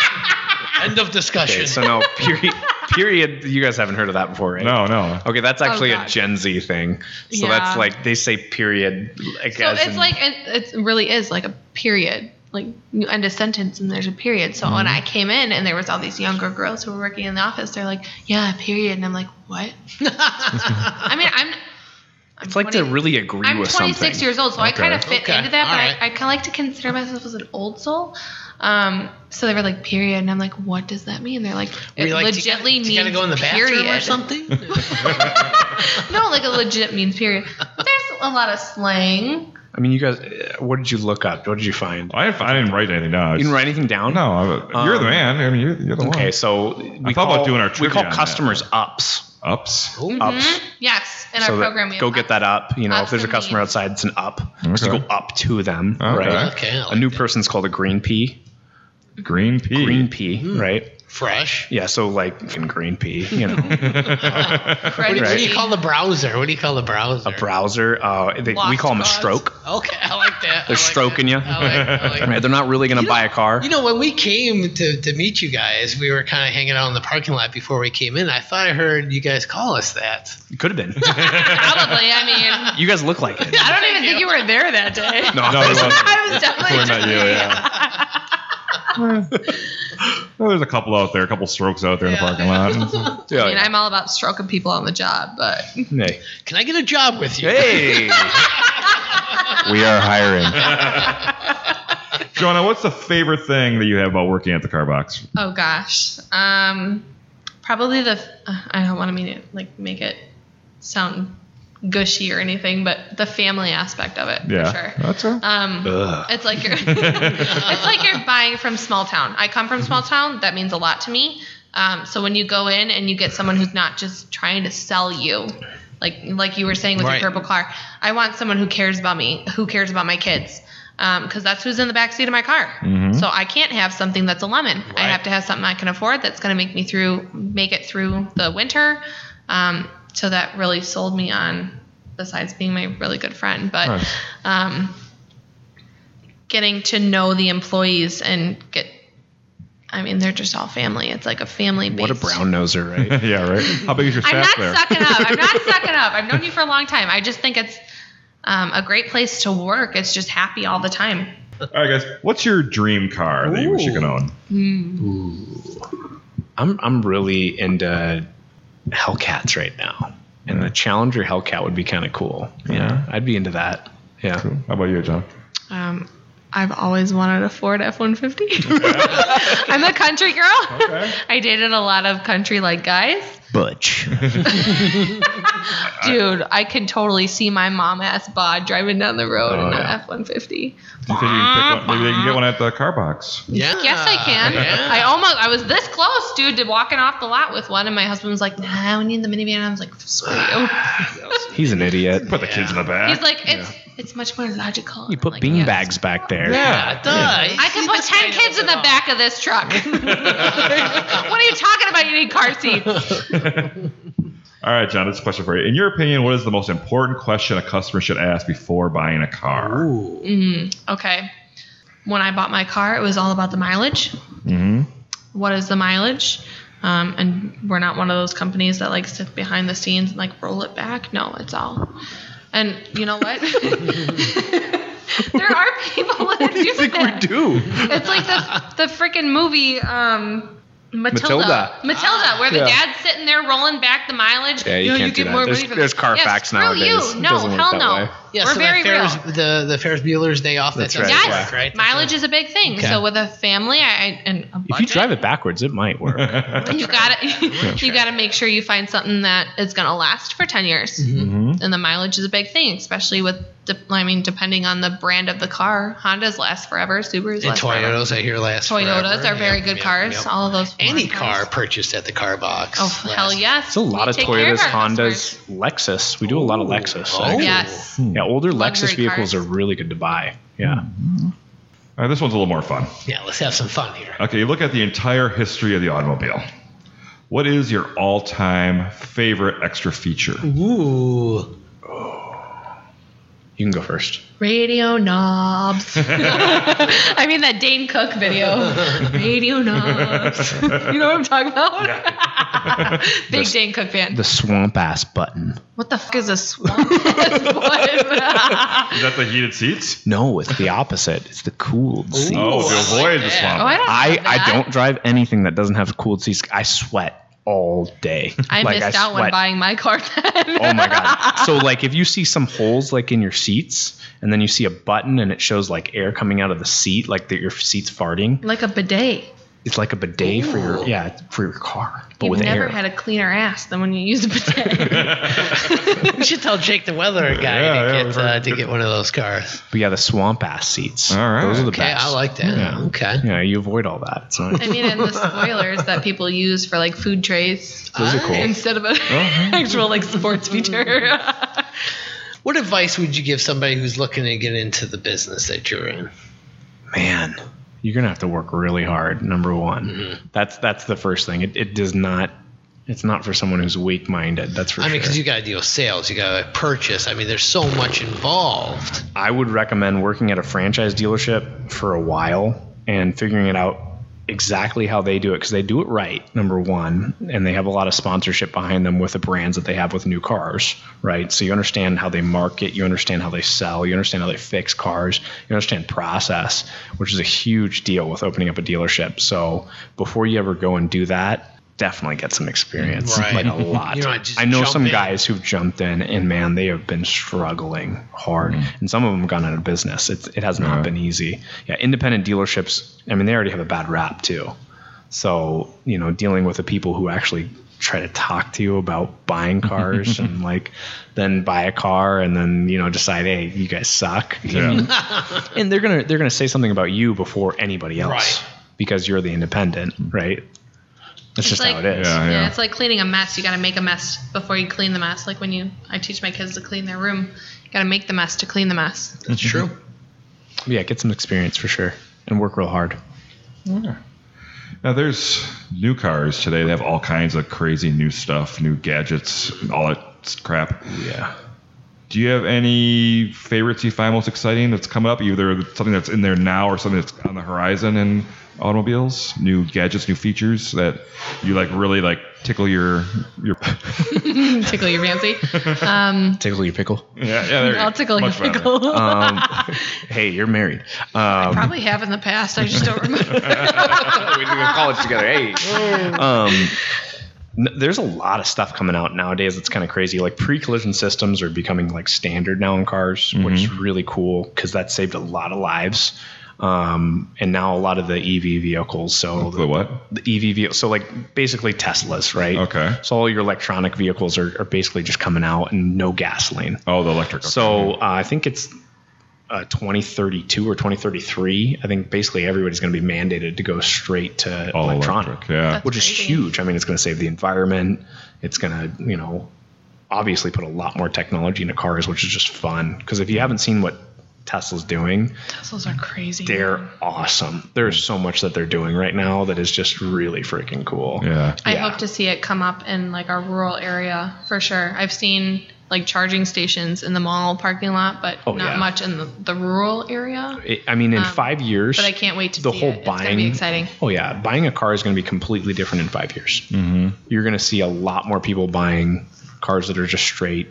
Speaker 4: End of discussion.
Speaker 3: Okay, so no, period. Period. You guys haven't heard of that before, right?
Speaker 2: No, no.
Speaker 3: Okay, that's actually a
Speaker 1: Oh, God.
Speaker 3: Gen Z thing. So
Speaker 1: Yeah.
Speaker 3: that's like they say period. Like,
Speaker 1: So
Speaker 3: as
Speaker 1: it's
Speaker 3: in-
Speaker 1: like it, it really is like a period. Like you end a sentence and there's a period. So
Speaker 4: Mm-hmm.
Speaker 1: when I came in and there was all these younger girls who were working in the office, they're like, "Yeah, period," and I'm like, "What?" I mean, I'm. I'm
Speaker 3: it's like
Speaker 1: 20
Speaker 3: to really agree
Speaker 1: I'm
Speaker 3: with
Speaker 1: 26
Speaker 3: something.
Speaker 1: years old, so I
Speaker 2: Okay.
Speaker 1: kind of fit
Speaker 4: Okay.
Speaker 1: into that. But
Speaker 4: All right.
Speaker 1: I, I kind of like to consider myself as an old soul. Um, so they were like, "Period," and I'm like, "What does that mean?" They're like,
Speaker 4: Were
Speaker 1: "It
Speaker 4: you like, do you-
Speaker 1: legitly
Speaker 4: do you
Speaker 1: means
Speaker 4: gotta go in the
Speaker 1: period
Speaker 4: bathroom or something.
Speaker 1: No, like a legit means period. But there's a lot of slang.
Speaker 3: I mean, you guys, uh, what did you look up? What did you find?
Speaker 2: I didn't, I didn't write anything down. I
Speaker 3: You
Speaker 2: just-
Speaker 3: didn't write anything down?
Speaker 2: No, I, you're the
Speaker 3: Um,
Speaker 2: man. I mean, you're, you're the one.
Speaker 3: Okay, so we
Speaker 2: thought
Speaker 3: call
Speaker 2: about doing our
Speaker 3: we
Speaker 2: trivia on
Speaker 3: call
Speaker 2: that.
Speaker 3: customers ups.
Speaker 2: ups.
Speaker 3: Ups.
Speaker 1: Hmm? Yes, in
Speaker 3: so
Speaker 1: our
Speaker 3: that-
Speaker 1: program. We have
Speaker 3: go get that up. You know,
Speaker 1: Ups
Speaker 3: if there's a
Speaker 1: and
Speaker 3: customer
Speaker 1: leads.
Speaker 3: outside, it's an up. So
Speaker 2: Okay. Oh,
Speaker 3: you go up to them,
Speaker 2: Okay.
Speaker 3: right?
Speaker 4: okay. I
Speaker 3: A
Speaker 4: like
Speaker 3: new
Speaker 4: that.
Speaker 3: person's called a green pea.
Speaker 2: Green pea.
Speaker 3: green pea,
Speaker 4: Hmm.
Speaker 3: right?
Speaker 4: Fresh.
Speaker 3: Yeah, so like fucking green pea, you know,
Speaker 1: What
Speaker 4: What do you call the browser? What do you call the browser?
Speaker 3: a browser. Uh, they, we call them a
Speaker 1: Lost cause.
Speaker 3: stroke.
Speaker 4: Okay, I like that.
Speaker 3: They're
Speaker 4: I like
Speaker 3: stroking
Speaker 4: that.
Speaker 3: you.
Speaker 4: I like- I like that.
Speaker 3: Right? They're not really going to buy a car.
Speaker 4: You know, when we came to, to meet you guys, we were kind of hanging out in the parking lot before we came in. I thought I heard you guys call us that.
Speaker 3: Could have been.
Speaker 1: Probably. I mean,
Speaker 3: you guys look like it.
Speaker 1: I don't even think you were there that day.
Speaker 3: No,
Speaker 2: No, it wasn't.
Speaker 1: I was definitely
Speaker 2: Probably not you, yeah. Well, there's a couple out there, a couple strokes out there in the parking lot.
Speaker 1: I mean, I'm all about stroking people on the job, but
Speaker 3: Hey.
Speaker 4: Can I get a job with you?
Speaker 3: Hey. we are hiring.
Speaker 2: Jonah, what's the favorite thing that you have about working at the car box?
Speaker 1: oh gosh, um, probably the uh, I don't want to mean it like make it sound gushy or anything, but the family aspect of it
Speaker 2: Yeah,
Speaker 1: for sure.
Speaker 2: that's a,
Speaker 1: Um,
Speaker 3: Ugh.
Speaker 1: It's like you're it's like you're buying from small town. I come from small town. That means a lot to me. Um, so when you go in and you get someone who's not just trying to sell you, like like you were saying with
Speaker 4: Right.
Speaker 1: your purple car, I want someone who cares about me, who cares about my kids, because that's who's in the backseat of my car. So I can't have something that's a lemon. I
Speaker 4: Mm-hmm. Right.
Speaker 1: have to have something I can afford that's going to make me through, make it through the winter. Um, so that really sold me on, besides being my really good friend, but
Speaker 2: Nice.
Speaker 1: um, getting to know the employees and get. I mean, they're just all family. It's like a family.
Speaker 3: What a brown noser, right?
Speaker 2: yeah, right. How big is your
Speaker 1: I'm
Speaker 2: staff
Speaker 1: not
Speaker 2: there?
Speaker 1: sucking up. I'm not sucking up. I've known you for a long time. I just think it's um, a great place to work. It's just happy all the time.
Speaker 2: All right, guys, what's your dream car that you wish you could own?
Speaker 3: I'm I'm really into Hellcats right now. And the Challenger Hellcat would be kind of cool. Yeah. I'd be into that. Yeah.
Speaker 2: How about you, John?
Speaker 1: Um, I've always wanted a Ford F 150. I'm a country girl.
Speaker 2: Okay.
Speaker 1: I dated a lot of country like guys.
Speaker 3: Butch.
Speaker 1: Dude, I could totally see my mom ass bod driving down the road
Speaker 3: Oh,
Speaker 1: in an
Speaker 3: yeah.
Speaker 1: F 150.
Speaker 2: Do you think you can pick one? Maybe they can get one at the car box.
Speaker 4: Ah, Yeah.
Speaker 1: Yes, I can. I almost, I was this close, dude, to walking off the lot with one, and my husband was like, "Nah, we need the minivan." And I was like, "Screw you."
Speaker 3: He's an idiot.
Speaker 2: Put the kids in the back.
Speaker 1: He's like, "It's it's much more logical."
Speaker 3: You
Speaker 1: And I'm
Speaker 3: put
Speaker 1: like,
Speaker 3: bean
Speaker 1: "Yeah."
Speaker 3: bags back there.
Speaker 4: Yeah, duh.
Speaker 1: I could put ten kids in the back of this truck. what are you talking about? You need car seats.
Speaker 2: All right, John, this is a question for you. In your opinion, what is the most important question a customer should ask before buying a car?
Speaker 4: Ooh.
Speaker 1: Okay. When I bought my car, it was all about the mileage.
Speaker 2: Mm-hmm.
Speaker 1: what is the mileage? Um, and we're not one of those companies that like sit behind the scenes and like roll it back. No, it's all. And you know what? there are people that do that.
Speaker 3: do.
Speaker 1: It's like the the freaking movie um, Matilda.
Speaker 3: Matilda.
Speaker 1: Matilda, where the
Speaker 3: Yeah.
Speaker 1: dad's sitting there rolling back the mileage.
Speaker 3: Yeah, you
Speaker 1: know,
Speaker 3: can't
Speaker 1: you
Speaker 3: do
Speaker 1: get
Speaker 3: that.
Speaker 1: more
Speaker 3: There's-
Speaker 1: money for-
Speaker 3: there's Carfax
Speaker 1: yeah, screw
Speaker 3: nowadays. It
Speaker 1: You. No,
Speaker 3: doesn't work
Speaker 1: hell
Speaker 3: that
Speaker 1: no.
Speaker 3: way.
Speaker 4: Yeah,
Speaker 1: we're
Speaker 4: so
Speaker 1: very
Speaker 4: the Ferris,
Speaker 1: real.
Speaker 4: the the Ferris Bueller's Day Off.
Speaker 3: That's
Speaker 4: that doesn't
Speaker 3: right,
Speaker 4: work,
Speaker 1: Yes,
Speaker 4: right?
Speaker 1: mileage is a big thing.
Speaker 4: Okay.
Speaker 1: So with a family, I, I- and a
Speaker 3: If you
Speaker 1: budget,
Speaker 3: drive it backwards, it might work.
Speaker 1: you got to you got to make sure you find something that is going to last for 10 years
Speaker 4: Mm-hmm.
Speaker 1: and the mileage is a big thing especially with de- i mean depending on the brand of the car hondas last forever subarus
Speaker 4: And
Speaker 1: last forever.
Speaker 4: Toyotas, I hear last.
Speaker 1: toyotas
Speaker 4: forever.
Speaker 1: are very
Speaker 4: Yep,
Speaker 1: good
Speaker 4: yep,
Speaker 1: cars
Speaker 4: yep.
Speaker 1: all of those foreign
Speaker 4: Any car
Speaker 1: cars.
Speaker 4: purchased at the car box.
Speaker 1: oh
Speaker 4: lasts.
Speaker 1: hell yes
Speaker 3: It's a lot
Speaker 1: We
Speaker 3: of
Speaker 1: take care
Speaker 3: Toyotas,
Speaker 1: our
Speaker 3: Hondas,
Speaker 1: customers.
Speaker 3: Lexus. We do a lot of Lexus.
Speaker 4: Oh.
Speaker 3: actually.
Speaker 1: yes
Speaker 3: Yeah, older Lexus
Speaker 1: Luxury
Speaker 3: vehicles
Speaker 1: cars.
Speaker 3: are really good to buy. Yeah.
Speaker 2: All right, this one's a little more fun.
Speaker 4: Yeah, let's have some fun here.
Speaker 2: Okay, you look at the entire history of the automobile. What is your all-time favorite extra feature?
Speaker 4: Ooh.
Speaker 3: You can go first.
Speaker 1: radio knobs i mean that dane cook video radio knobs you know what i'm talking about big dane cook fan
Speaker 3: The swamp ass button.
Speaker 1: what the fuck is a swamp button?
Speaker 2: Is that the heated seats?
Speaker 3: No, it's the opposite. It's the cooled seat.
Speaker 2: Oh, to avoid the
Speaker 1: Oh, I
Speaker 2: swamp.
Speaker 1: don't.
Speaker 3: I,
Speaker 1: know that.
Speaker 3: I don't drive anything that doesn't have cooled seats. I sweat all day.
Speaker 1: I
Speaker 3: Like,
Speaker 1: missed out when
Speaker 3: sweat
Speaker 1: buying my car. Then.
Speaker 3: Oh my god! So like, if you see some holes like in your seats, and then you see a button and it shows like air coming out of the seat, like that your seat's farting,
Speaker 1: like a bidet.
Speaker 3: it's like a bidet for your yeah it's for your car, but
Speaker 1: You've
Speaker 3: with
Speaker 1: never
Speaker 3: air.
Speaker 1: had a cleaner ass than when you use a bidet.
Speaker 4: We should tell Jake the weather
Speaker 2: Yeah,
Speaker 4: guy to,
Speaker 2: yeah,
Speaker 4: get,
Speaker 2: we've heard-
Speaker 4: uh, to get one of those cars.
Speaker 3: but yeah, the swamp ass seats.
Speaker 2: All right.
Speaker 3: those are the
Speaker 4: Okay,
Speaker 3: best.
Speaker 4: I like that.
Speaker 3: Yeah.
Speaker 4: Okay.
Speaker 3: Yeah, you avoid all that. It's nice.
Speaker 1: I mean, and the spoilers that people use for like food trays
Speaker 3: Those are cool.
Speaker 1: instead of an
Speaker 3: Uh-huh.
Speaker 1: actual like sports feature.
Speaker 4: What advice would you give somebody who's looking to get into the business that you're in?
Speaker 3: Man, you're gonna have to work really hard. Number one,
Speaker 4: Mm-hmm.
Speaker 3: that's that's the first thing. It, it does not. It's not for someone who's weak-minded. That's for
Speaker 4: I mean,
Speaker 3: sure.
Speaker 4: because you got to deal with sales, you got to purchase. I mean, there's so much involved.
Speaker 3: I would recommend working at a franchise dealership for a while and figuring it out exactly how they do it because they do it right number one and they have a lot of sponsorship behind them with the brands that they have with new cars right so you understand how they market you understand how they sell you understand how they fix cars you understand process which is a huge deal with opening up a dealership so before you ever go and do that definitely get some experience
Speaker 4: Right.
Speaker 3: like a lot
Speaker 4: You're not just
Speaker 3: i know some
Speaker 4: jumping.
Speaker 3: guys guys who've jumped in and man they have been struggling hard
Speaker 2: Mm.
Speaker 3: and some of them have gone out of business it's, it has not
Speaker 2: Yeah.
Speaker 3: been easy yeah independent dealerships i mean they already have a bad rap too so you know dealing with the people who actually try to talk to you about buying cars and like then buy a car and then you know decide hey you guys suck
Speaker 2: Yeah.
Speaker 3: and they're gonna they're gonna say something about you before anybody else
Speaker 4: Right.
Speaker 3: because you're the independent right that's just how
Speaker 1: like-
Speaker 3: it is
Speaker 2: Yeah.
Speaker 1: Yeah, it's like cleaning a mess. You got to make a mess before you clean the mess. Like when you, I teach my kids to clean their room. You got to make the mess to clean the mess.
Speaker 4: That's true.
Speaker 3: yeah get some experience for sure and work real hard
Speaker 2: Now there's new cars today. They have all kinds of crazy new stuff, new gadgets, all that crap.
Speaker 3: yeah
Speaker 2: Do you have any favorites you find most exciting that's coming up? Either something that's in there now or something that's on the horizon in automobiles, new gadgets, new features that you like really like tickle your your
Speaker 1: Tickle your fancy.
Speaker 3: tickle your pickle.
Speaker 2: yeah yeah. There you
Speaker 1: I'll
Speaker 2: go.
Speaker 1: tickle your
Speaker 2: Much better.
Speaker 1: pickle.
Speaker 3: Um, Hey, you're married. Um,
Speaker 1: Probably have in the past. I just don't remember.
Speaker 3: Oh, we did college together. Hey. Um, n- there's a lot of stuff coming out nowadays that's kind of crazy. Like pre-collision systems are becoming like standard now in cars, which is really cool because that saved a lot of lives. Um, and now a lot of the EV vehicles, so
Speaker 2: The what?
Speaker 3: the EV vehicle. So like basically Teslas, right?
Speaker 2: Okay.
Speaker 3: So all your electronic vehicles are, are basically just coming out and no gasoline.
Speaker 2: Oh, the electric. okay.
Speaker 3: So uh, I think it's uh, 2032 or 2033. I think basically everybody's going to be mandated to go straight to
Speaker 2: all
Speaker 3: electronic,
Speaker 2: electric. Yeah.
Speaker 3: which is
Speaker 1: Crazy.
Speaker 3: huge. I mean, it's going to save the environment. It's going to, you know, obviously put a lot more technology into cars, which is just fun. Because if you haven't seen what Tesla's doing,
Speaker 1: Teslas are crazy.
Speaker 3: they're awesome. There's so much that they're doing right now that is just really freaking cool.
Speaker 2: Yeah.
Speaker 1: I
Speaker 3: yeah.
Speaker 1: hope to see it come up in like our rural area for sure. I've seen like charging stations in the mall parking lot, but
Speaker 3: Oh,
Speaker 1: not
Speaker 3: yeah.
Speaker 1: much in the, the rural area.
Speaker 3: It- I mean, in five years,
Speaker 1: Um, But I can't wait to
Speaker 3: the
Speaker 1: see
Speaker 3: whole
Speaker 1: it. It's
Speaker 3: buying
Speaker 1: gonna be exciting.
Speaker 3: Oh yeah, buying a car is going to be completely different in five years. Mm-hmm. You're going to see a lot more people buying cars that are just straight,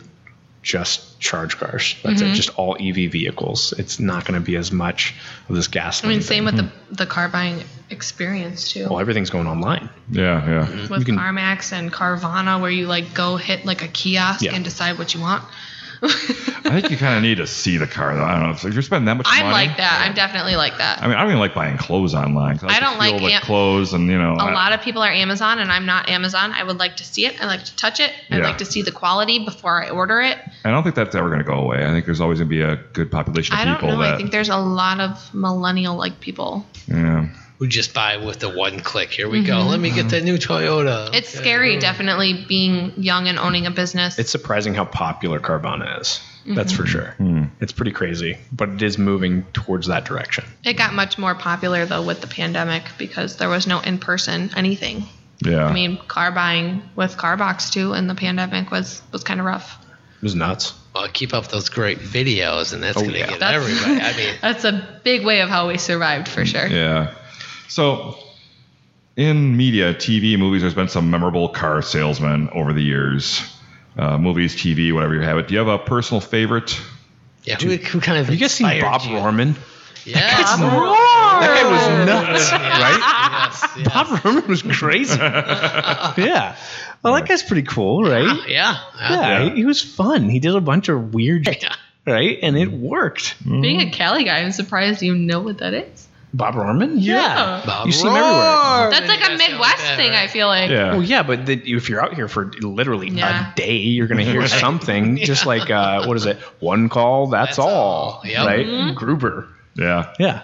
Speaker 3: just charge cars. That's
Speaker 1: Mm-hmm.
Speaker 3: it, just all EV vehicles. It's not going to be as much of this
Speaker 1: I
Speaker 3: gasoline.
Speaker 1: mean, same with the
Speaker 3: Hmm.
Speaker 1: the car buying experience too.
Speaker 3: Well, everything's going online.
Speaker 2: Yeah. Yeah.
Speaker 1: with CarMax and Carvana, where you like go hit like a kiosk
Speaker 3: Yeah.
Speaker 1: and decide what you want.
Speaker 2: I think you kind of need to see the car. Though. I don't know if you're spending that much
Speaker 1: I'm
Speaker 2: money.
Speaker 1: like that. I'm definitely like that.
Speaker 2: I mean, I don't even like buying clothes online. 'cause
Speaker 1: I
Speaker 2: can
Speaker 1: don't like
Speaker 2: feel the
Speaker 1: am-
Speaker 2: clothes, and you know,
Speaker 1: A
Speaker 2: I-
Speaker 1: lot of people are Amazon, and I'm not Amazon. I would like to see it. I like to touch it. I
Speaker 2: Yeah.
Speaker 1: like to see the quality before I order it.
Speaker 2: I don't think that's ever going to go away. I think there's always going to be a good population of
Speaker 1: I don't
Speaker 2: people
Speaker 1: know.
Speaker 2: that.
Speaker 1: I think there's a lot of millennial like people.
Speaker 2: yeah.
Speaker 4: We just buy with the one click. Here we go. Let me get that new Toyota.
Speaker 1: It's scary, definitely being young and owning a business.
Speaker 3: It's surprising how popular Carvana is.
Speaker 1: Mm-hmm.
Speaker 3: That's for sure. It's pretty crazy, but it is moving towards that direction.
Speaker 1: it got much more popular though with the pandemic because there was no in person anything.
Speaker 2: Yeah.
Speaker 1: I mean, car buying with Carbox too, and the pandemic was was kind of rough.
Speaker 3: It was nuts.
Speaker 4: Well, keep up those great videos, and that's going to
Speaker 3: Oh, yeah.
Speaker 4: get
Speaker 1: That's-
Speaker 4: everybody. I mean,
Speaker 1: That's a big way of how we survived for sure.
Speaker 2: Yeah. So, in media, TV, movies, there's been some memorable car salesmen over the years. Uh, movies, TV, whatever you have it. Do you have a personal favorite?
Speaker 4: yeah, who, who kind of
Speaker 3: Have you guys seen
Speaker 4: inspired
Speaker 3: Bob
Speaker 4: you?
Speaker 3: Rohrman?
Speaker 4: Yeah,
Speaker 3: That guy was nuts, right?
Speaker 4: yes, yes.
Speaker 3: Bob Rohrman was crazy. yeah. Well, that guy's pretty cool, right?
Speaker 4: yeah, yeah.
Speaker 3: Yeah,
Speaker 2: Yeah.
Speaker 3: He, he was fun. He did a bunch of weird shit,
Speaker 4: Yeah.
Speaker 3: right? And it worked.
Speaker 1: Being a Cali guy, I'm surprised you know what that is.
Speaker 3: Bob Rohrman? Yeah.
Speaker 1: Yeah.
Speaker 4: Bob
Speaker 3: you see him everywhere.
Speaker 4: Rohr.
Speaker 1: That's like a
Speaker 4: You guys know
Speaker 1: Midwest
Speaker 4: that,
Speaker 1: thing.
Speaker 4: right?
Speaker 1: I feel like.
Speaker 2: Yeah.
Speaker 3: Well, yeah, but the, if you're out here for literally
Speaker 1: Yeah.
Speaker 3: a day, you're going to hear something just like, uh, what is it? One call, that's,
Speaker 4: That's
Speaker 3: all,
Speaker 4: all.
Speaker 3: right?
Speaker 4: Yep.
Speaker 3: Gruber.
Speaker 2: Yeah.
Speaker 3: Yeah.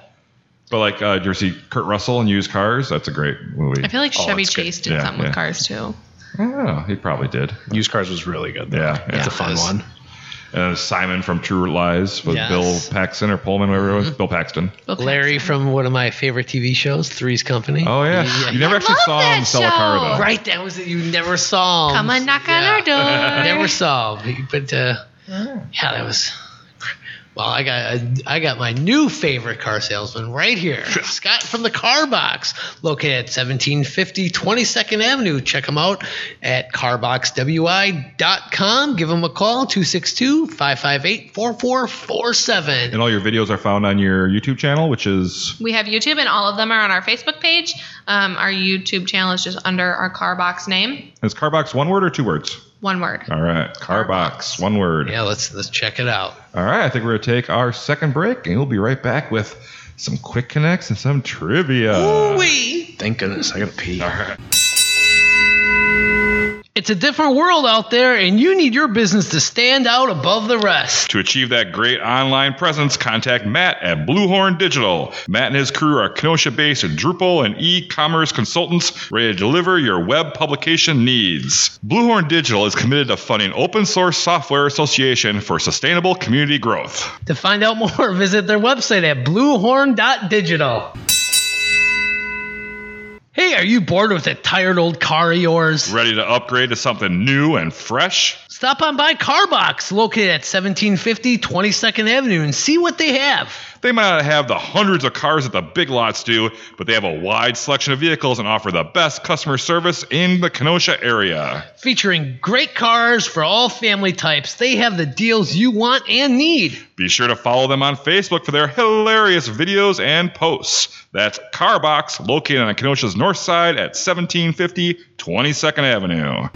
Speaker 2: But like, uh, did you see Kurt Russell in Used Cars? That's a great movie.
Speaker 1: I feel like Chevy
Speaker 3: it's good.
Speaker 1: Chase did
Speaker 2: Oh, Yeah,
Speaker 1: something
Speaker 2: yeah.
Speaker 1: with cars too.
Speaker 2: I don't know. He probably did.
Speaker 3: Used Cars was really good. Though.
Speaker 2: Yeah.
Speaker 3: It's
Speaker 2: yeah.
Speaker 3: a fun
Speaker 4: Yes.
Speaker 3: one.
Speaker 2: uh, Simon from True Lies with
Speaker 4: Yes.
Speaker 2: Bill Paxton or Pullman, whatever it was.
Speaker 1: Mm-hmm.
Speaker 2: Bill Paxton.
Speaker 1: Bill
Speaker 4: Larry
Speaker 1: Paxton.
Speaker 4: from one of my favorite TV shows, Three's Company.
Speaker 2: Oh yeah,
Speaker 4: Yeah.
Speaker 2: you never
Speaker 1: I
Speaker 2: actually
Speaker 1: love
Speaker 2: saw
Speaker 1: that
Speaker 2: him sell a car though.
Speaker 1: show.
Speaker 4: Right, that was it. You never saw him.
Speaker 1: Come and knock on our door.
Speaker 4: Never saw him. But uh, yeah, that was. Well, I got I got my new favorite car salesman right here, Scott from the Car Box, located at 1750 22nd Avenue. Check him out at carboxwi.com. Give him a call 262-558-4447.
Speaker 2: And all your videos are found on your YouTube channel, which is
Speaker 1: We have YouTube, and all of them are on our Facebook page. Um, our YouTube channel is just under our car box name.
Speaker 2: is Carbox one word or two words?
Speaker 1: One word.
Speaker 2: All right, Carbox one word.
Speaker 4: Yeah, let's let's check it out.
Speaker 2: All right, I think we're gonna take our second break, and we'll be right back with some quick connects and some trivia.
Speaker 3: Thank goodness I got to pee.
Speaker 4: It's a different world out there, and you need your business to stand out above the rest.
Speaker 2: To achieve that great online presence, contact Matt at Bluehorn Digital. Matt and his crew are Kenosha based Drupal and e commerce consultants ready to deliver your web publication needs. Bluehorn Digital is committed to funding Open Source Software Association for sustainable community growth.
Speaker 4: To find out more, visit their website at bluehorn.digital. Hey, are you bored with that tired old car of yours?
Speaker 2: Ready to upgrade to something new and fresh?
Speaker 4: Stop on by Carbox, located at 1750 22nd Avenue, and see what they have.
Speaker 2: They might not have the hundreds of cars that the big lots do, but they have a wide selection of vehicles and offer the best customer service in the Kenosha area.
Speaker 4: Featuring great cars for all family types, they have the deals you want and need.
Speaker 2: Be sure to follow them on Facebook for their hilarious videos and posts. That's Carbox, located on Kenosha's north side at 1750 22nd Avenue.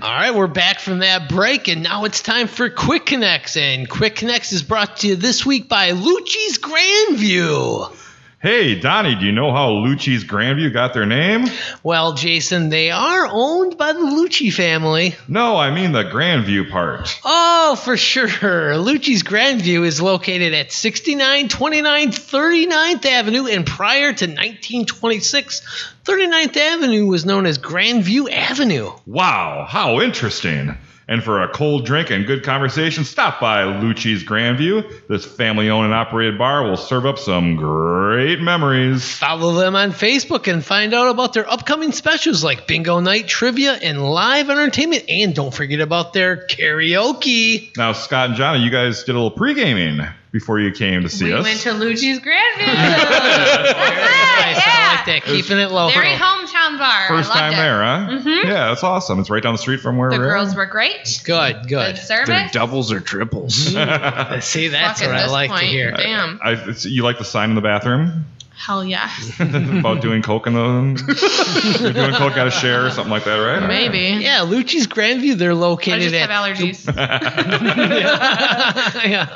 Speaker 4: All right, we're back from that break, and now it's time for Quick Connects. And Quick Connects is brought to you this week by Lucci's Grandview.
Speaker 2: Hey, Donnie, do you know how Lucci's Grandview got their name?
Speaker 4: Well, Jason, they are owned by the Lucci family.
Speaker 2: No, I mean the Grandview part.
Speaker 4: Oh, for sure. Lucci's Grandview is located at 6929 39th Avenue, and prior to 1926, 39th Avenue was known as Grandview Avenue.
Speaker 2: Wow, how interesting. And for a cold drink and good conversation, stop by Lucci's Grandview. This family owned and operated bar will serve up some great memories.
Speaker 4: Follow them on Facebook and find out about their upcoming specials like bingo night, trivia, and live entertainment. And don't forget about their karaoke.
Speaker 2: Now, Scott and Johnny, you guys did a little pre gaming before you came to see
Speaker 1: We
Speaker 2: us.
Speaker 1: went to Lucci's Grandview. That's
Speaker 4: Nice, I like
Speaker 1: it.
Speaker 4: that. Keeping it local.
Speaker 1: Ah, Yeah. Very hometown bar.
Speaker 2: First
Speaker 1: I loved
Speaker 2: time
Speaker 1: it.
Speaker 2: there, huh? Mm-hmm. Yeah, that's awesome. It's right down the street from where
Speaker 1: The
Speaker 2: we're
Speaker 1: girls
Speaker 2: at.
Speaker 1: were great.
Speaker 4: Good,
Speaker 1: Good
Speaker 4: good.
Speaker 3: They're
Speaker 1: service.
Speaker 3: doubles or triples.
Speaker 4: See, that's
Speaker 1: Fuck,
Speaker 4: what
Speaker 1: at
Speaker 4: I
Speaker 1: this
Speaker 4: like to
Speaker 1: point,
Speaker 4: hear.
Speaker 1: Damn.
Speaker 2: I, it's, you like the sign in the bathroom
Speaker 1: Hell yeah.
Speaker 2: about doing coke in the you're doing coke out of share or something like that, right?
Speaker 1: Maybe.
Speaker 4: Yeah, Lucci's Grandview, they're
Speaker 1: I
Speaker 4: located
Speaker 1: just have
Speaker 4: at
Speaker 1: allergies.
Speaker 4: yeah.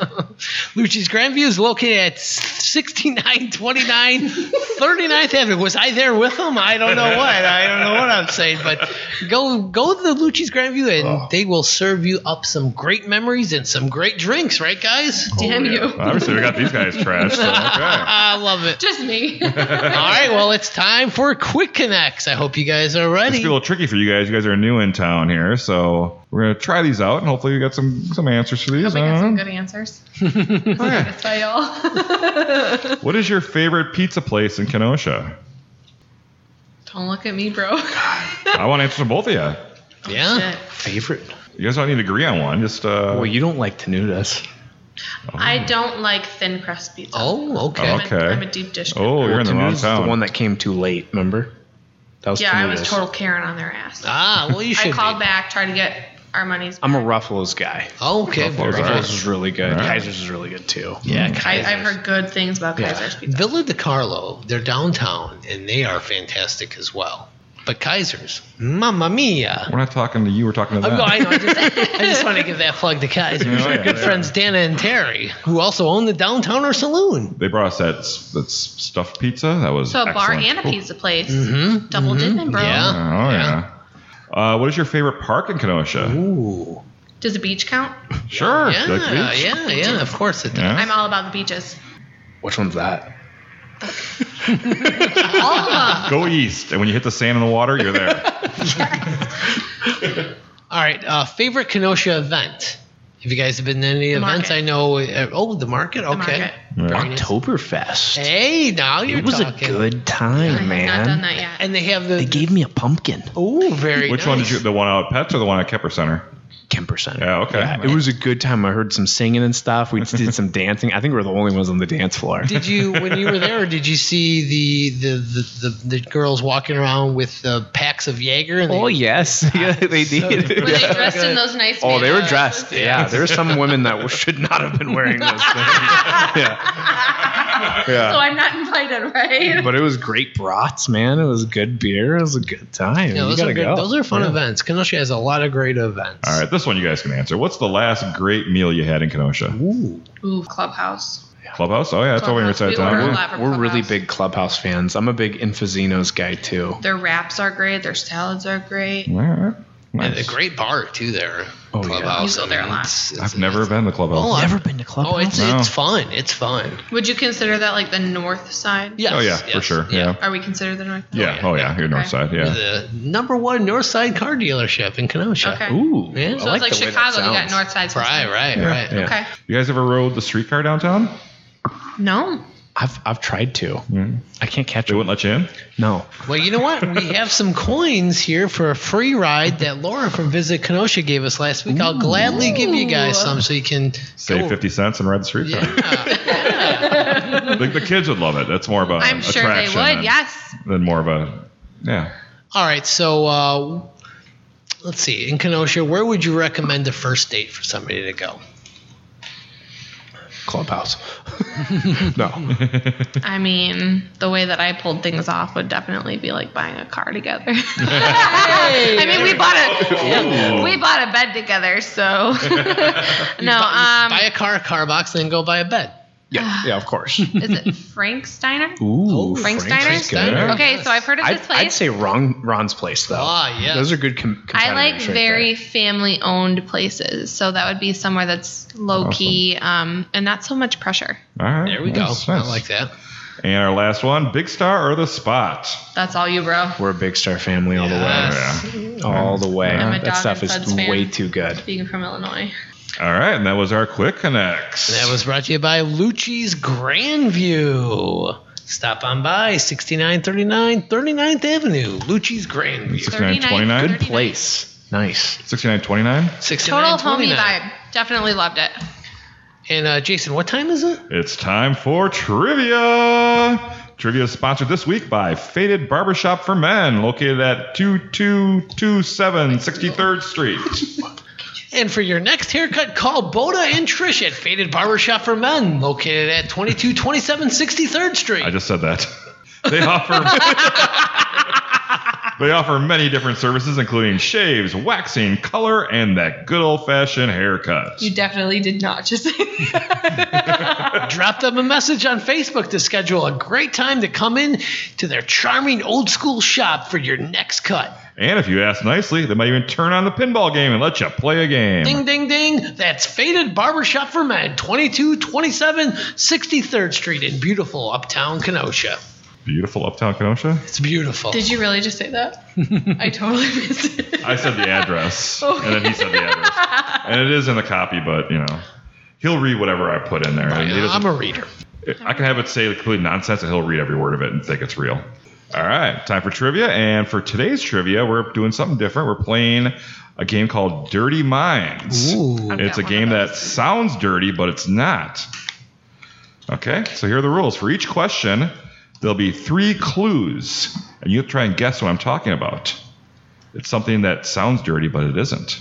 Speaker 4: Lucci's Grandview is located at 6929 39th Avenue. Was I there with them? I don't know what. I don't know what I'm saying, but go go to the Lucci's Grandview and they will serve you up some great memories and some great drinks, right guys?
Speaker 1: Damn you.
Speaker 2: Well, obviously, we got these guys trashed. So, okay.
Speaker 4: I love it.
Speaker 1: Just me.
Speaker 4: All right, well, it's time for Quick Connects. I hope you guys are
Speaker 2: It's
Speaker 4: ready.
Speaker 2: gonna be a little tricky for you guys. You guys are new in town here, so we're gonna try these out, and hopefully, we got some some answers for these.
Speaker 1: We
Speaker 2: I
Speaker 1: got some
Speaker 2: don't know.
Speaker 1: good answers.
Speaker 2: Oh, Okay.
Speaker 1: That's by y'all.
Speaker 2: What is your favorite pizza place in Kenosha?
Speaker 1: Don't look at me, bro.
Speaker 2: I want answers from both of you.
Speaker 4: Yeah.
Speaker 2: Oh.
Speaker 3: Favorite?
Speaker 2: You guys don't need to agree on one. Just uh,
Speaker 3: Well, you don't like Tenudas.
Speaker 1: I don't like thin crust pizza.
Speaker 4: Oh, okay.
Speaker 1: I'm,
Speaker 2: okay.
Speaker 1: a, I'm a deep dish. cook.
Speaker 2: oh, you're in the wrong
Speaker 3: Tenuda's is
Speaker 2: town.
Speaker 3: the one that came too late, remember? That was
Speaker 1: yeah, I was
Speaker 3: Tenuda's.
Speaker 1: total Karen on their ass.
Speaker 4: Ah, well, you should.
Speaker 1: I
Speaker 4: be.
Speaker 1: called back, tried to get our money's.
Speaker 3: I'm a Ruffalo's guy.
Speaker 4: Okay.
Speaker 2: Buffalo's all
Speaker 4: very good.
Speaker 2: right.
Speaker 3: Ruffalo's is really good.
Speaker 2: Alright.
Speaker 3: Kaiser's is really good too.
Speaker 4: Yeah,
Speaker 2: Hmm.
Speaker 1: I,
Speaker 4: Kaiser's.
Speaker 1: I've heard good things about Kaiser's pizza.
Speaker 4: Villa de Carlo, they're downtown, and they are fantastic as well. But Kaiser's, mamma mia.
Speaker 2: We're not talking to you. We're
Speaker 1: Oh,
Speaker 2: talking to them.
Speaker 4: No, I, know, I just, I just want to give that plug to Kaiser's.
Speaker 2: Yeah,
Speaker 4: Our
Speaker 2: yeah,
Speaker 4: good
Speaker 2: yeah.
Speaker 4: friends Dana and Terry, who also own the Downtowner Saloon.
Speaker 2: They brought us that s- that s- stuffed pizza. That was
Speaker 1: So a bar
Speaker 2: excellent.
Speaker 1: and a
Speaker 2: Cool.
Speaker 1: pizza place.
Speaker 4: Mm-hmm.
Speaker 1: Double dipping, bro.
Speaker 4: Yeah.
Speaker 2: Oh yeah. Uh, what is your favorite park in Kenosha?
Speaker 4: Ooh.
Speaker 1: Does the beach count?
Speaker 2: Sure.
Speaker 4: Yeah,
Speaker 2: Like these?
Speaker 4: yeah, yeah, of course it does.
Speaker 2: Yeah.
Speaker 1: I'm all about the beaches.
Speaker 3: Which one's that?
Speaker 1: All of them.
Speaker 2: Go east, and when you hit the sand and the water, you're there.
Speaker 4: All right. Uh, favorite Kenosha event? If you guys have been to any events,
Speaker 1: market.
Speaker 4: I know. uh, oh, the market.
Speaker 1: The
Speaker 4: Okay.
Speaker 1: market.
Speaker 2: Yeah.
Speaker 3: Oktoberfest.
Speaker 4: Hey, now you're
Speaker 3: It was
Speaker 4: talking.
Speaker 3: a good time,
Speaker 1: I have
Speaker 3: man.
Speaker 1: not done that yet.
Speaker 4: And they have the.
Speaker 3: They gave me a pumpkin.
Speaker 4: oh, very.
Speaker 2: Which one did
Speaker 4: nice.
Speaker 2: you? The one out at Pets or the one at Kepper Center?
Speaker 3: Kemper Center.
Speaker 2: Yeah, okay.
Speaker 3: it was a good time. I heard some singing and stuff. We did some dancing. I think we were the only ones on the dance floor.
Speaker 4: Did you when you were there? Did you see the the the, the, the girls walking around with the packs of Jaeger? And
Speaker 3: Oh
Speaker 4: they,
Speaker 3: yes, yeah, they did.
Speaker 1: Were they
Speaker 4: Yeah.
Speaker 1: dressed in those nice?
Speaker 3: Oh, they were
Speaker 1: bandanas?
Speaker 3: dressed. Yeah, there were some women that should not have been wearing those things. Yeah,
Speaker 1: So
Speaker 3: yeah.
Speaker 1: I'm not invited, right?
Speaker 3: But it was great brats, man. It was good beer. It was a good time.
Speaker 4: Yeah,
Speaker 3: you
Speaker 4: those
Speaker 3: gotta
Speaker 4: are good.
Speaker 3: go.
Speaker 4: Those are fun
Speaker 3: Yeah.
Speaker 4: events. Kenosha has a lot of great events.
Speaker 2: All right, this one you guys can answer. What's the last great meal you had in Kenosha?
Speaker 3: Ooh,
Speaker 1: Ooh, clubhouse.
Speaker 2: Clubhouse? Oh yeah, that's over here
Speaker 1: Clubhouse.
Speaker 2: inside
Speaker 1: We
Speaker 2: town.
Speaker 1: ordered
Speaker 2: Yeah.
Speaker 1: a lot from
Speaker 3: we're really
Speaker 1: Clubhouse.
Speaker 3: big Clubhouse fans. I'm a big Infazinos guy too.
Speaker 1: Their wraps are great. Their salads are great.
Speaker 2: All right.
Speaker 4: And a
Speaker 2: Nice.
Speaker 4: great bar too there.
Speaker 3: Oh, yeah.
Speaker 4: clubhouse.
Speaker 1: You go
Speaker 4: I
Speaker 1: there a
Speaker 4: mean,
Speaker 1: lot.
Speaker 4: it's- it's-
Speaker 2: I've never been to Clubhouse.
Speaker 4: Oh, I-
Speaker 3: Never been to Clubhouse.
Speaker 4: Oh, it's
Speaker 2: No.
Speaker 4: it's fun. It's fun.
Speaker 1: Would you consider that like the north side?
Speaker 4: Yes,
Speaker 2: oh yeah, for
Speaker 4: yes,
Speaker 2: sure. Yeah.
Speaker 1: Are we considered the north?
Speaker 2: Yeah. Oh yeah, your north side. Yeah.
Speaker 4: The number one Northside car dealership in Kenosha.
Speaker 1: Okay.
Speaker 3: Ooh,
Speaker 4: Yeah.
Speaker 3: I
Speaker 4: So
Speaker 1: So it's like
Speaker 3: the way that
Speaker 1: Chicago. You got
Speaker 3: sounds.
Speaker 1: north sides.
Speaker 4: Right, right,
Speaker 2: Yeah,
Speaker 4: right.
Speaker 3: yeah.
Speaker 1: Okay.
Speaker 2: You guys ever rode the streetcar downtown?
Speaker 1: No.
Speaker 3: I've I've tried to. I can't catch
Speaker 2: They
Speaker 3: it.
Speaker 2: wouldn't let you in.
Speaker 3: No.
Speaker 4: Well, you know what? We have some coins here for a free ride that Laura from Visit Kenosha gave us last week. I'll gladly give you guys some so you can
Speaker 2: Save
Speaker 4: go-
Speaker 2: fifty cents and ride the streetcar.
Speaker 4: Yeah.
Speaker 2: I think the kids would love it. That's more of a
Speaker 1: I'm sure they
Speaker 2: attraction
Speaker 1: would.
Speaker 2: than-
Speaker 1: Yes.
Speaker 2: Than more of a yeah.
Speaker 4: All right. So uh, let's see. In Kenosha, where would you recommend the first date for somebody to go?
Speaker 3: Clubhouse. no.
Speaker 1: I mean, the way that I pulled things off would definitely be like buying a car together. I mean, we bought a we bought a bed together, so no. Um,
Speaker 4: buy a car, a car box, then go buy a bed.
Speaker 3: Yeah. Yeah. Of course.
Speaker 1: is it Frank's Diner?
Speaker 3: Ooh,
Speaker 1: Oh, Frank's Diners?
Speaker 3: good.
Speaker 4: Yeah.
Speaker 1: Okay, so I've heard of
Speaker 3: I'd,
Speaker 1: this place.
Speaker 3: I'd say Ron, Ron's place though.
Speaker 4: Ah, yes.
Speaker 3: Those are good. Com-
Speaker 1: I like
Speaker 3: competitors right
Speaker 1: very
Speaker 3: there.
Speaker 1: family owned places. So that would be somewhere that's low key um, and not so much pressure.
Speaker 2: All right.
Speaker 4: There we go.
Speaker 2: nice,
Speaker 4: I
Speaker 2: nice.
Speaker 4: like that.
Speaker 2: And our last one, Big Star or the Spot.
Speaker 1: That's all you, bro.
Speaker 3: We're a big star family all
Speaker 4: Yes.
Speaker 3: the way. All the way.
Speaker 1: I'm a
Speaker 3: that
Speaker 1: dog
Speaker 3: stuff
Speaker 1: and
Speaker 3: is
Speaker 1: Suds fan.
Speaker 3: way too good.
Speaker 1: Being from Illinois.
Speaker 2: All right, and that was our quick connects.
Speaker 4: That was brought to you by Lucci's Grandview. Stop on by 6939 39th Avenue, Lucci's Grandview.
Speaker 2: 6929?
Speaker 1: 39.
Speaker 3: Good place. Nice.
Speaker 2: sixty-nine twenty-nine.
Speaker 1: Total homie
Speaker 4: 6929.
Speaker 1: vibe. Definitely loved it.
Speaker 4: And uh, Jason, what time is it?
Speaker 2: It's time for trivia. Trivia is sponsored this week by Faded Barbershop for Men, located at 2227 63rd Street.
Speaker 4: And for your next haircut, call Boda and Trish at Faded Barbershop for Men, located at 2227 63rd Street.
Speaker 2: I just said that. They offer They offer many different services including shaves, waxing, color, and that good old-fashioned haircut.
Speaker 1: You definitely did not just say
Speaker 4: Drop them a message on Facebook to schedule a great time to come in to their charming old school shop for your next cut.
Speaker 2: And if you ask nicely, they might even turn on the pinball game and let you play a game.
Speaker 4: Ding, ding, ding. That's Faded Barbershop for Men, 2227 63rd Street in beautiful uptown Kenosha.
Speaker 2: Beautiful uptown Kenosha.
Speaker 4: It's beautiful.
Speaker 1: Did you really just say that? I totally missed it.
Speaker 2: I said the address, and then he said the address. And it is in the copy, but you know, he'll read whatever I put in there. And he
Speaker 4: I'm
Speaker 2: doesn't-
Speaker 4: a reader.
Speaker 2: I can have it say complete nonsense, and he'll read every word of it and think it's real. All right, time for trivia, and for today's trivia, we're doing something different. We're playing a game called Dirty Minds.
Speaker 4: Ooh.
Speaker 1: I've
Speaker 2: It's a
Speaker 1: got one
Speaker 2: game
Speaker 1: of
Speaker 2: that sounds dirty, but it's not. Okay, so here are the rules. For each question, there'll be three clues, and you have to try and guess what I'm talking about. It's something that sounds dirty, but it isn't.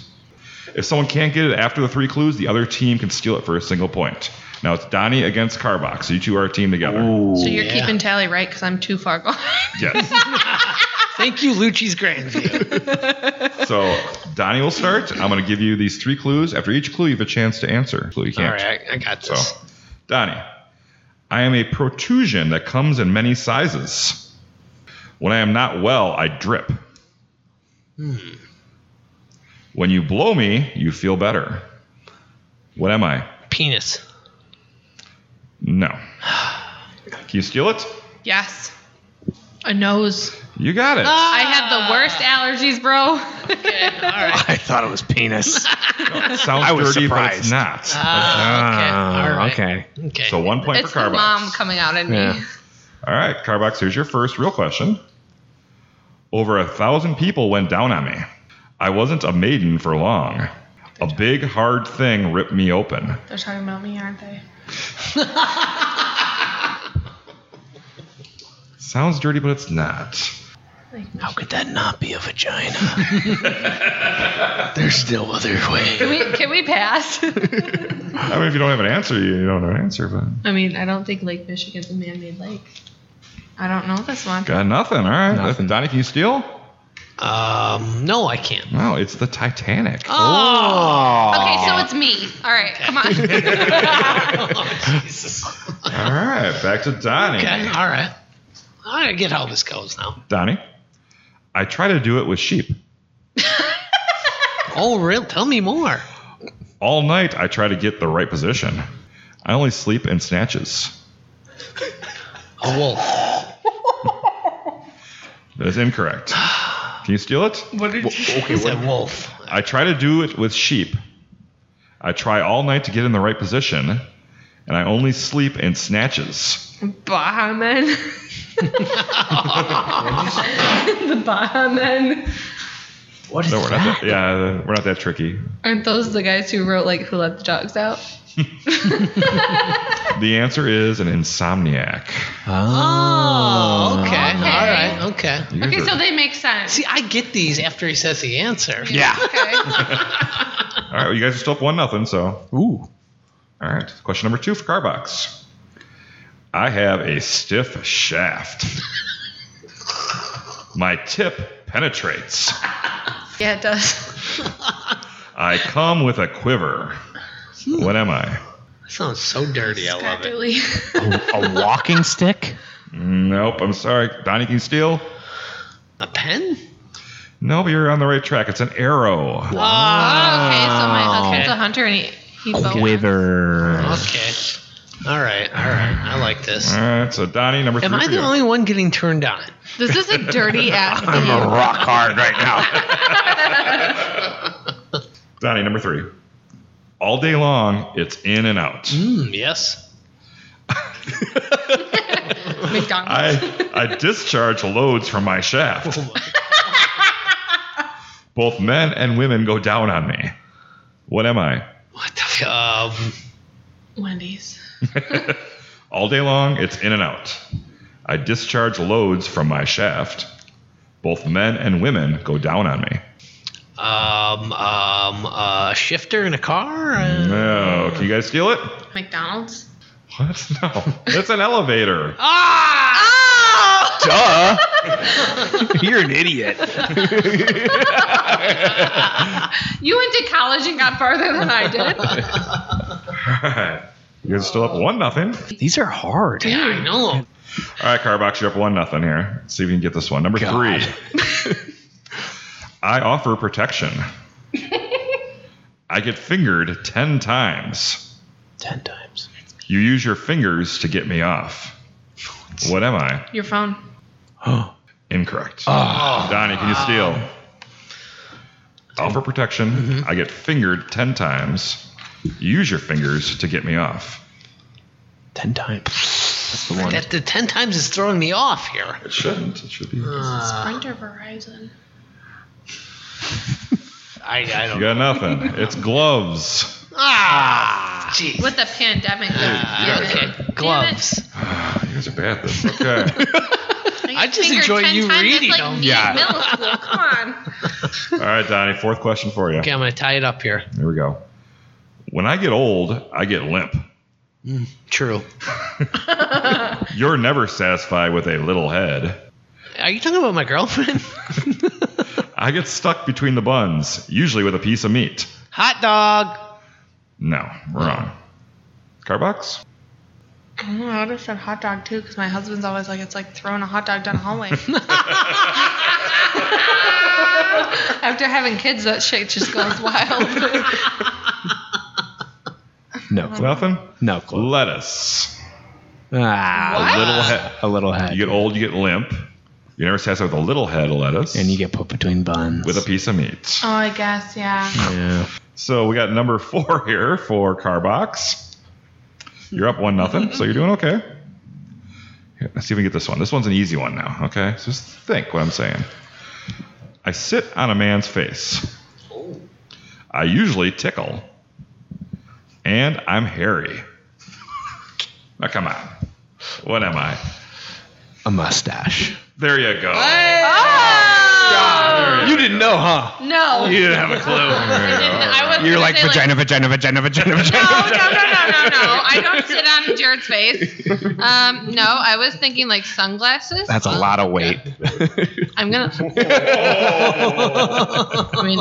Speaker 2: If someone can't get it after the three clues, the other team can steal it for a single point. Now it's Donnie against Carbox, so you two are a team together.
Speaker 1: So you're
Speaker 4: Yeah.
Speaker 1: keeping tally, right? Because I'm too far gone.
Speaker 2: Yes.
Speaker 4: Thank you, Lucci's Grandview.
Speaker 2: so Donnie will start. I'm going to give you these three clues. After each clue, you have a chance to answer. Clue you
Speaker 4: All
Speaker 2: can't.
Speaker 4: right, I, I got this.
Speaker 2: So, Donnie, I am a protrusion that comes in many sizes. When I am not well, I drip. When you blow me, you feel better. What am I?
Speaker 4: Penis.
Speaker 2: No. Can you steal it?
Speaker 1: yes. A nose.
Speaker 2: You got it.
Speaker 1: I had the worst allergies, bro.
Speaker 3: I thought it was penis.
Speaker 2: Sounds
Speaker 3: I was
Speaker 2: dirty, but it's
Speaker 3: surprised.
Speaker 2: not.
Speaker 4: Ah, okay. All
Speaker 3: Ah,
Speaker 4: right.
Speaker 3: okay.
Speaker 4: Okay.
Speaker 2: so one point
Speaker 1: it's
Speaker 2: for
Speaker 1: the
Speaker 2: Carbox.
Speaker 1: mom coming out in
Speaker 3: Yeah.
Speaker 1: me.
Speaker 2: All right, Carbox, here's your first real question. Over a thousand people went down on me. I wasn't a maiden for long. A big, hard thing ripped me open.
Speaker 1: They're talking about me, aren't they?
Speaker 2: Sounds dirty, but it's not.
Speaker 4: How could that not be a vagina? There's no other way.
Speaker 1: Can we, can we pass?
Speaker 2: I mean, if you don't have an answer, you don't have an answer, but
Speaker 1: I mean, I don't think Lake Michigan's a man-made lake. I don't know this one.
Speaker 2: got nothing. All right.
Speaker 3: Nothing.
Speaker 2: Donnie, can you steal?
Speaker 4: Um, no, I can't.
Speaker 2: No, it's the Titanic.
Speaker 3: Oh.
Speaker 1: Okay, so it's me. All right, come on.
Speaker 4: Oh, Jesus.
Speaker 2: All right, back to Donnie.
Speaker 4: Okay. All right. I get how this goes now.
Speaker 2: Donnie, I try to do it with sheep.
Speaker 4: Oh, real? Tell me more.
Speaker 2: All night, I try to get the right position. I only sleep in snatches.
Speaker 4: A wolf.
Speaker 2: That is incorrect. Can you steal it?
Speaker 1: what did you?
Speaker 4: It's a wolf.
Speaker 2: I try to do it with sheep. I try all night to get in the right position, and I only sleep in snatches.
Speaker 1: Baha men. the Baha men.
Speaker 4: What is
Speaker 2: No, we're not that, yeah, we're not that tricky.
Speaker 1: Aren't those the guys who wrote like Who Let the Dogs Out?
Speaker 2: The answer is an insomniac.
Speaker 4: Oh, okay.
Speaker 1: Okay.
Speaker 4: All right. Okay.
Speaker 2: You guys
Speaker 1: Okay,
Speaker 2: are-
Speaker 1: so they make sense.
Speaker 4: See, I get these after he says the answer.
Speaker 3: Yeah.
Speaker 1: Okay.
Speaker 2: all right, well, you guys are still up one nothing. So,
Speaker 3: Ooh.
Speaker 2: all right, question number two for Carbox. I have a stiff shaft. My tip penetrates.
Speaker 1: Yeah, it does.
Speaker 2: I come with a quiver. What am I?
Speaker 4: That sounds so dirty. I love it.
Speaker 1: Really.
Speaker 3: A walking stick?
Speaker 2: Nope, I'm sorry. Donnie can you steal.
Speaker 4: A pen?
Speaker 2: No, but you're on the right track. It's an arrow.
Speaker 1: Oh, okay, so my husband's a hunter and he, he bows.
Speaker 3: Quiver.
Speaker 4: Oh, Okay. All right. All right. I like this.
Speaker 2: All right, so Donnie, number
Speaker 4: Am
Speaker 2: three.
Speaker 4: I
Speaker 2: for
Speaker 4: the
Speaker 2: you.
Speaker 4: only one getting turned on?
Speaker 1: This is a dirty ass
Speaker 3: I'm
Speaker 1: game.
Speaker 3: rock hard right now.
Speaker 2: Donnie, number three. All day long, it's in and out.
Speaker 4: Mm, yes.
Speaker 1: McDonald's.
Speaker 2: I, I discharge loads from my shaft. Both men and women go down on me. What am I?
Speaker 4: What the? F- um,
Speaker 1: Wendy's.
Speaker 2: All day long, it's in and out. I discharge loads from my shaft. Both men and women go down on me.
Speaker 4: um, um, a shifter in a car? Uh,
Speaker 2: No, can you guys steal it?
Speaker 1: McDonald's.
Speaker 2: What? No, it's an elevator.
Speaker 3: Ah.
Speaker 1: Ah!
Speaker 3: Duh. You're an idiot.
Speaker 1: You went to college and got farther than I did.
Speaker 2: You guys are still up one nothing.
Speaker 3: These are hard.
Speaker 4: yeah, I know.
Speaker 2: All right, Carbox, you're up one nothing here. Let's see if you can get this one. Number
Speaker 3: God.
Speaker 2: three. I offer protection. I get fingered ten times.
Speaker 4: Ten times.
Speaker 2: You use your fingers to get me off. What am I?
Speaker 1: Your phone.
Speaker 2: Incorrect.
Speaker 3: Ah.
Speaker 2: Donnie, can you steal? Offer protection.
Speaker 3: Mm-hmm.
Speaker 2: I get fingered ten times. You use your fingers to get me off.
Speaker 3: Ten times. That's the one.
Speaker 4: That the ten times is throwing me off here.
Speaker 2: It shouldn't. It should be.
Speaker 4: Ah.
Speaker 1: Sprinter Verizon.
Speaker 4: I, I
Speaker 2: You got
Speaker 4: don't.
Speaker 2: nothing. It's gloves.
Speaker 4: Ah, jeez.
Speaker 1: With the pandemic.
Speaker 4: Ah,
Speaker 1: Damn it.
Speaker 4: okay. Gloves.
Speaker 2: Ah, You guys are bad at this. Okay.
Speaker 4: I just
Speaker 1: Fingered
Speaker 4: enjoy
Speaker 1: 10
Speaker 4: you
Speaker 1: times, that's
Speaker 4: reading
Speaker 1: like
Speaker 4: them.
Speaker 1: me in
Speaker 3: Yeah.
Speaker 1: Middle school. Come on.
Speaker 2: All right, Donnie. Fourth question for you.
Speaker 4: Okay, I'm gonna tie it up here.
Speaker 2: Here we go. When I get old, I get limp.
Speaker 4: True.
Speaker 2: You're never satisfied with a little head.
Speaker 4: Are you talking about my girlfriend?
Speaker 2: I get stuck between the buns, usually with a piece of meat.
Speaker 4: Hot dog.
Speaker 2: No, wrong. Carbox?
Speaker 1: I don't know, I would have said hot dog too because my husband's always like, it's like throwing a hot dog down a hallway. After having kids, that shit just goes wild.
Speaker 3: No clue.
Speaker 2: Nothing?
Speaker 3: No clue.
Speaker 2: Lettuce.
Speaker 3: Ah,
Speaker 2: A little head.
Speaker 1: Oh!
Speaker 3: a
Speaker 4: Ah.
Speaker 3: little head.
Speaker 2: You get old, you get limp. You never satisfied with a little head of lettuce
Speaker 3: and you get put between buns.
Speaker 2: with a piece of meat.
Speaker 1: Oh, I guess, yeah.
Speaker 3: yeah.
Speaker 2: So we got number four here for Carbox. You're up one nothing, so you're doing okay. Here, let's see if we can get this one. This one's an easy one now. Okay, so just think what I'm saying. I sit on a man's face. I usually tickle, and I'm hairy. Now come on, what am I?
Speaker 3: A mustache.
Speaker 2: There you go.
Speaker 1: Oh!
Speaker 3: You didn't know, huh?
Speaker 1: No.
Speaker 3: Oh, You didn't have a clue.
Speaker 1: I didn't- I was
Speaker 3: You're
Speaker 1: gonna
Speaker 3: like
Speaker 1: say,
Speaker 3: vagina, vagina, vagina, vagina,
Speaker 1: No,
Speaker 3: vagina.
Speaker 1: no, no, no, no, no. I don't sit on Jared's face. Um, no, I was thinking like sunglasses.
Speaker 3: That's a lot of weight.
Speaker 1: I'm gonna. I mean,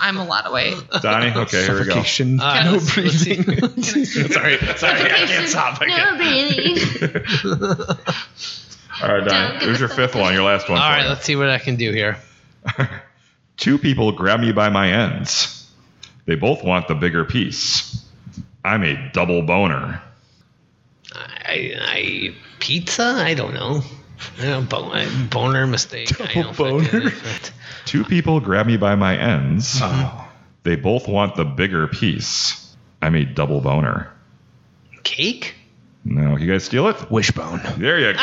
Speaker 1: I'm a lot of weight.
Speaker 2: Donnie. Okay, here we go.
Speaker 3: Suffocation.
Speaker 4: Uh,
Speaker 3: no
Speaker 4: let's- let's see.
Speaker 3: breathing. sorry, sorry, I can't stop. I
Speaker 1: No,
Speaker 3: can't.
Speaker 1: really.
Speaker 2: All right, Donnie. Here's your fifth one. Your last one.
Speaker 4: All
Speaker 2: for
Speaker 4: right,
Speaker 2: you.
Speaker 4: let's see what I can do here.
Speaker 2: Two people grab me by my ends. They both want the bigger piece. I'm a double boner.
Speaker 4: I, I pizza? I don't know. I don't bon- I- boner mistake. I don't
Speaker 3: Double
Speaker 4: fucking-
Speaker 3: boner.
Speaker 2: Two people grab me by my ends.
Speaker 3: Oh.
Speaker 2: They both want the bigger piece. I'm a double boner.
Speaker 4: Cake?
Speaker 2: No, you guys steal it?
Speaker 3: Wishbone.
Speaker 2: There you go.
Speaker 1: Oh,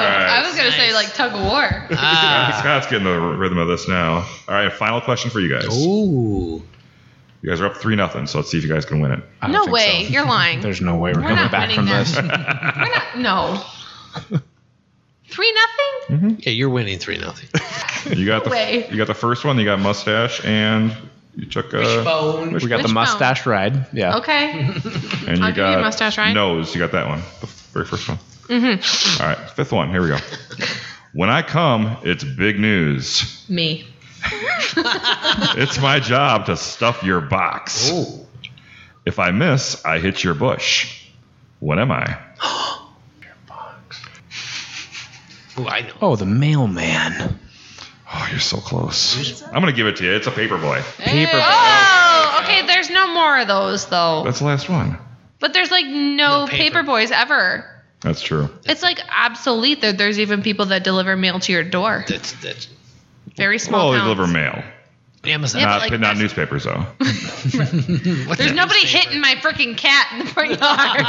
Speaker 1: I was gonna say
Speaker 4: Nice.
Speaker 1: like tug of war.
Speaker 4: Ah.
Speaker 2: Scott's getting the rhythm of this now. All right, final question for you guys.
Speaker 4: Ooh.
Speaker 2: You guys are up three nothing, so let's see if you guys can win it.
Speaker 3: I don't
Speaker 1: No
Speaker 3: think
Speaker 1: way,
Speaker 3: so.
Speaker 1: you're lying.
Speaker 3: There's no way we're, coming
Speaker 1: not
Speaker 3: back
Speaker 1: winning
Speaker 3: from
Speaker 1: that.
Speaker 3: this.
Speaker 1: We're not- no. Three nothing.
Speaker 4: Yeah, you're winning 3 nothing.
Speaker 2: You got the
Speaker 1: Way.
Speaker 2: you got the first one. You got mustache, and you took uh,
Speaker 4: Bone.
Speaker 3: We got the
Speaker 1: Wishbone.
Speaker 3: mustache ride. Yeah.
Speaker 1: Okay.
Speaker 2: and you
Speaker 1: I'll give you
Speaker 2: got
Speaker 1: mustache, Ryan.
Speaker 2: nose. You got that one, the very first one.
Speaker 1: Mm-hmm.
Speaker 2: All right, fifth one. Here we go. When I come, it's big news.
Speaker 1: Me.
Speaker 2: It's my job to stuff your box.
Speaker 4: Ooh.
Speaker 2: If I miss, I hit your bush. What am I?
Speaker 4: Ooh, I know.
Speaker 3: Oh, the mailman.
Speaker 2: Oh, you're so close. I'm gonna give it to you. It's a paper boy.
Speaker 3: Paper.
Speaker 1: Oh, okay. There's no more of those though.
Speaker 2: That's the last one.
Speaker 1: But there's like no,
Speaker 4: No paper.
Speaker 1: paper boys ever.
Speaker 2: That's true.
Speaker 1: It's like obsolete that there's even people that deliver mail to your door.
Speaker 4: That's, that's
Speaker 1: Very small.
Speaker 2: Well, they
Speaker 1: towns.
Speaker 2: deliver mail,
Speaker 4: Amazon.
Speaker 1: Yeah, but
Speaker 2: not
Speaker 1: like
Speaker 2: not
Speaker 1: that's-
Speaker 2: newspapers though.
Speaker 4: What's
Speaker 1: There's
Speaker 4: that
Speaker 1: nobody
Speaker 4: newspaper?
Speaker 1: hitting my freaking cat in the front yard.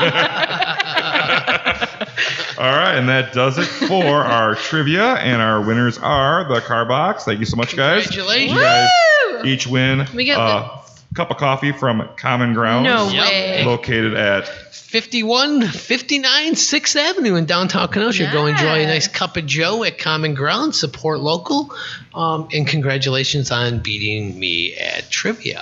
Speaker 2: All right, and that does it for our trivia. And our winners are the Carbox. Thank you so much, guys.
Speaker 4: Congratulations.
Speaker 2: You guys
Speaker 1: Woo!
Speaker 2: each win
Speaker 1: We get
Speaker 2: a cup of coffee from Common Grounds.
Speaker 1: No
Speaker 4: Yep.
Speaker 1: way.
Speaker 2: Located at
Speaker 4: 51 59 6th Avenue in downtown Kenosha. Go enjoy a nice cup of Joe at Common Ground. Support local. Um, and congratulations on beating me at trivia.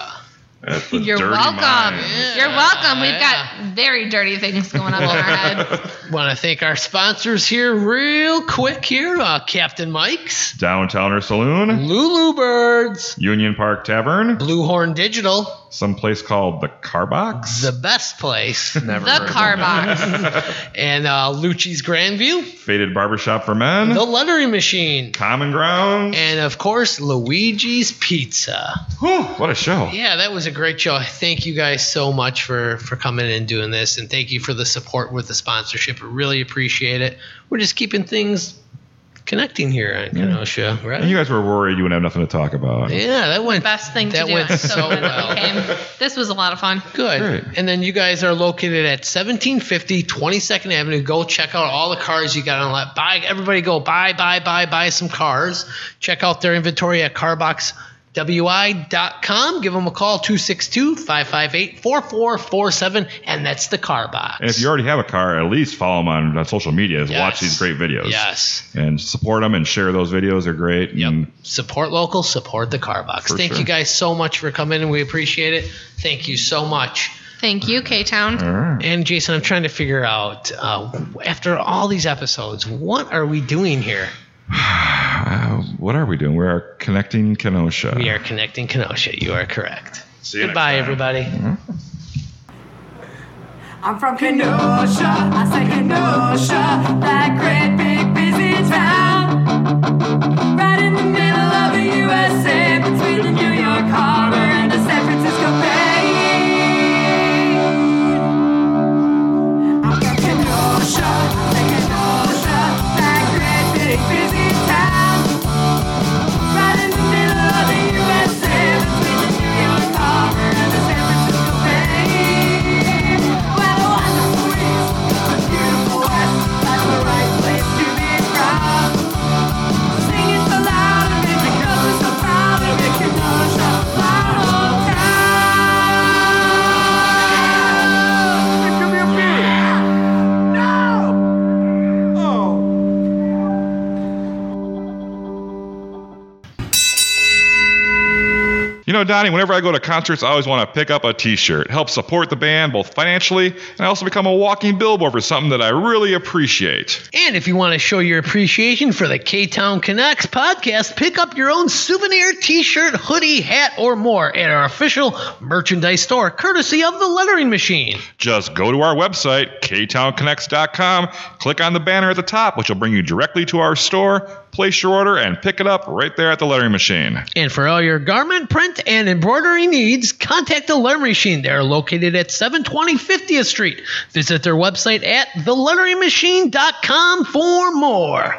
Speaker 2: at the
Speaker 1: You're
Speaker 2: Dirty
Speaker 1: welcome.
Speaker 2: Mind.
Speaker 1: You're welcome. We've
Speaker 4: Yeah.
Speaker 1: got very dirty things going on in our heads.
Speaker 4: Want to thank our sponsors here, real quick here uh, Captain Mike's,
Speaker 2: Downtowner Saloon,
Speaker 4: Lulu Birds,
Speaker 2: Union Park Tavern,
Speaker 4: Blue Horn Digital,
Speaker 2: some place called the Carbox.
Speaker 4: the best place,
Speaker 3: Never
Speaker 1: The
Speaker 3: heard of
Speaker 1: car
Speaker 3: him.
Speaker 1: box.
Speaker 4: and uh, Lucci's Grandview,
Speaker 2: Faded Barbershop for Men,
Speaker 4: the Lettering Machine,
Speaker 2: Common Grounds.
Speaker 4: and of course, Luigi's Pizza.
Speaker 2: Whew, what a show.
Speaker 4: Yeah, that was a great show. Thank you guys so much for for coming and doing this, and thank you for the support with the sponsorship. I really appreciate it. We're just keeping things connecting here on Kenosha, right?
Speaker 2: And you guys were worried you wouldn't have nothing to talk about.
Speaker 4: yeah, that went
Speaker 1: Best thing
Speaker 4: That
Speaker 1: to do.
Speaker 4: went
Speaker 1: I'm
Speaker 4: so
Speaker 1: glad that
Speaker 4: well.
Speaker 1: you came. This was a lot of fun.
Speaker 4: good.
Speaker 2: Great.
Speaker 4: And then you guys are located at 1750 22nd Avenue. Go check out all the cars you got on lot. Buy everybody go buy buy buy buy some cars. Check out their inventory at carboxwi.com. Give them a call 262-558-4447 and that's the car box.
Speaker 2: And if you already have a car, at least follow them on, on social media. Watch
Speaker 4: Yes.
Speaker 2: these great videos.
Speaker 4: Yes.
Speaker 2: And support them and share those videos. They're great. And
Speaker 4: support local, support the car box.
Speaker 2: For
Speaker 4: Thank
Speaker 2: sure.
Speaker 4: you guys so much for coming and we appreciate it. Thank you so much.
Speaker 1: Thank you, K Town.
Speaker 2: all right.
Speaker 4: And Jason, I'm trying to figure out uh, after all these episodes, what are we doing here?
Speaker 2: Uh, what are we doing? We are connecting Kenosha.
Speaker 4: We are connecting Kenosha. You are correct.
Speaker 2: See you next
Speaker 4: Goodbye,
Speaker 2: time.
Speaker 4: everybody.
Speaker 5: I'm from Kenosha, I say Kenosha, that great big busy town. Right in the middle of the USA, between the New York Harbor and the San Francisco Bay. I'm from Kenosha, say Kenosha, that great big
Speaker 2: know, Donnie, whenever I go to concerts, I always want to pick up a T-shirt. Help support the band both financially and I also become a walking billboard for something that I really appreciate.
Speaker 4: And if you want to show your appreciation for the K Town Canucks podcast, pick up your own souvenir t shirt, hoodie, hat, or more at our official merchandise store, courtesy of the Lettering Machine.
Speaker 2: Just go to our website, ktownconnects.com, click on the banner at the top, which will bring you directly to our store. Place your order and pick it up right there at the lettering machine.
Speaker 4: And for all your garment, print, and embroidery needs, contact the Lettering Machine. They are located at 720 50th Street. Visit their website at theletteringmachine.com for more.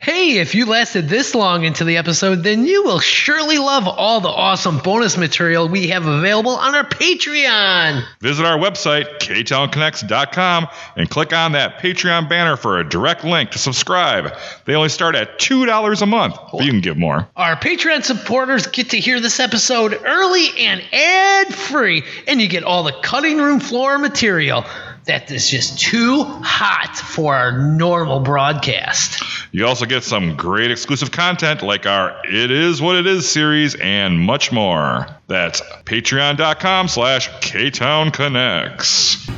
Speaker 4: Hey, if you lasted this long into the episode, then you will surely love all the awesome bonus material we have available on our Patreon.
Speaker 2: Visit our website, ktownconnects.com, and click on that Patreon banner for a direct link to subscribe. They only start at $2 a month, but you can give more.
Speaker 4: Our Patreon supporters get to hear this episode early and ad free, and you get all the cutting room floor material that is just too hot for our normal broadcast.
Speaker 2: You also get some great exclusive content like our It Is What It Is series and much more. That's patreon.com slash ktownconnects.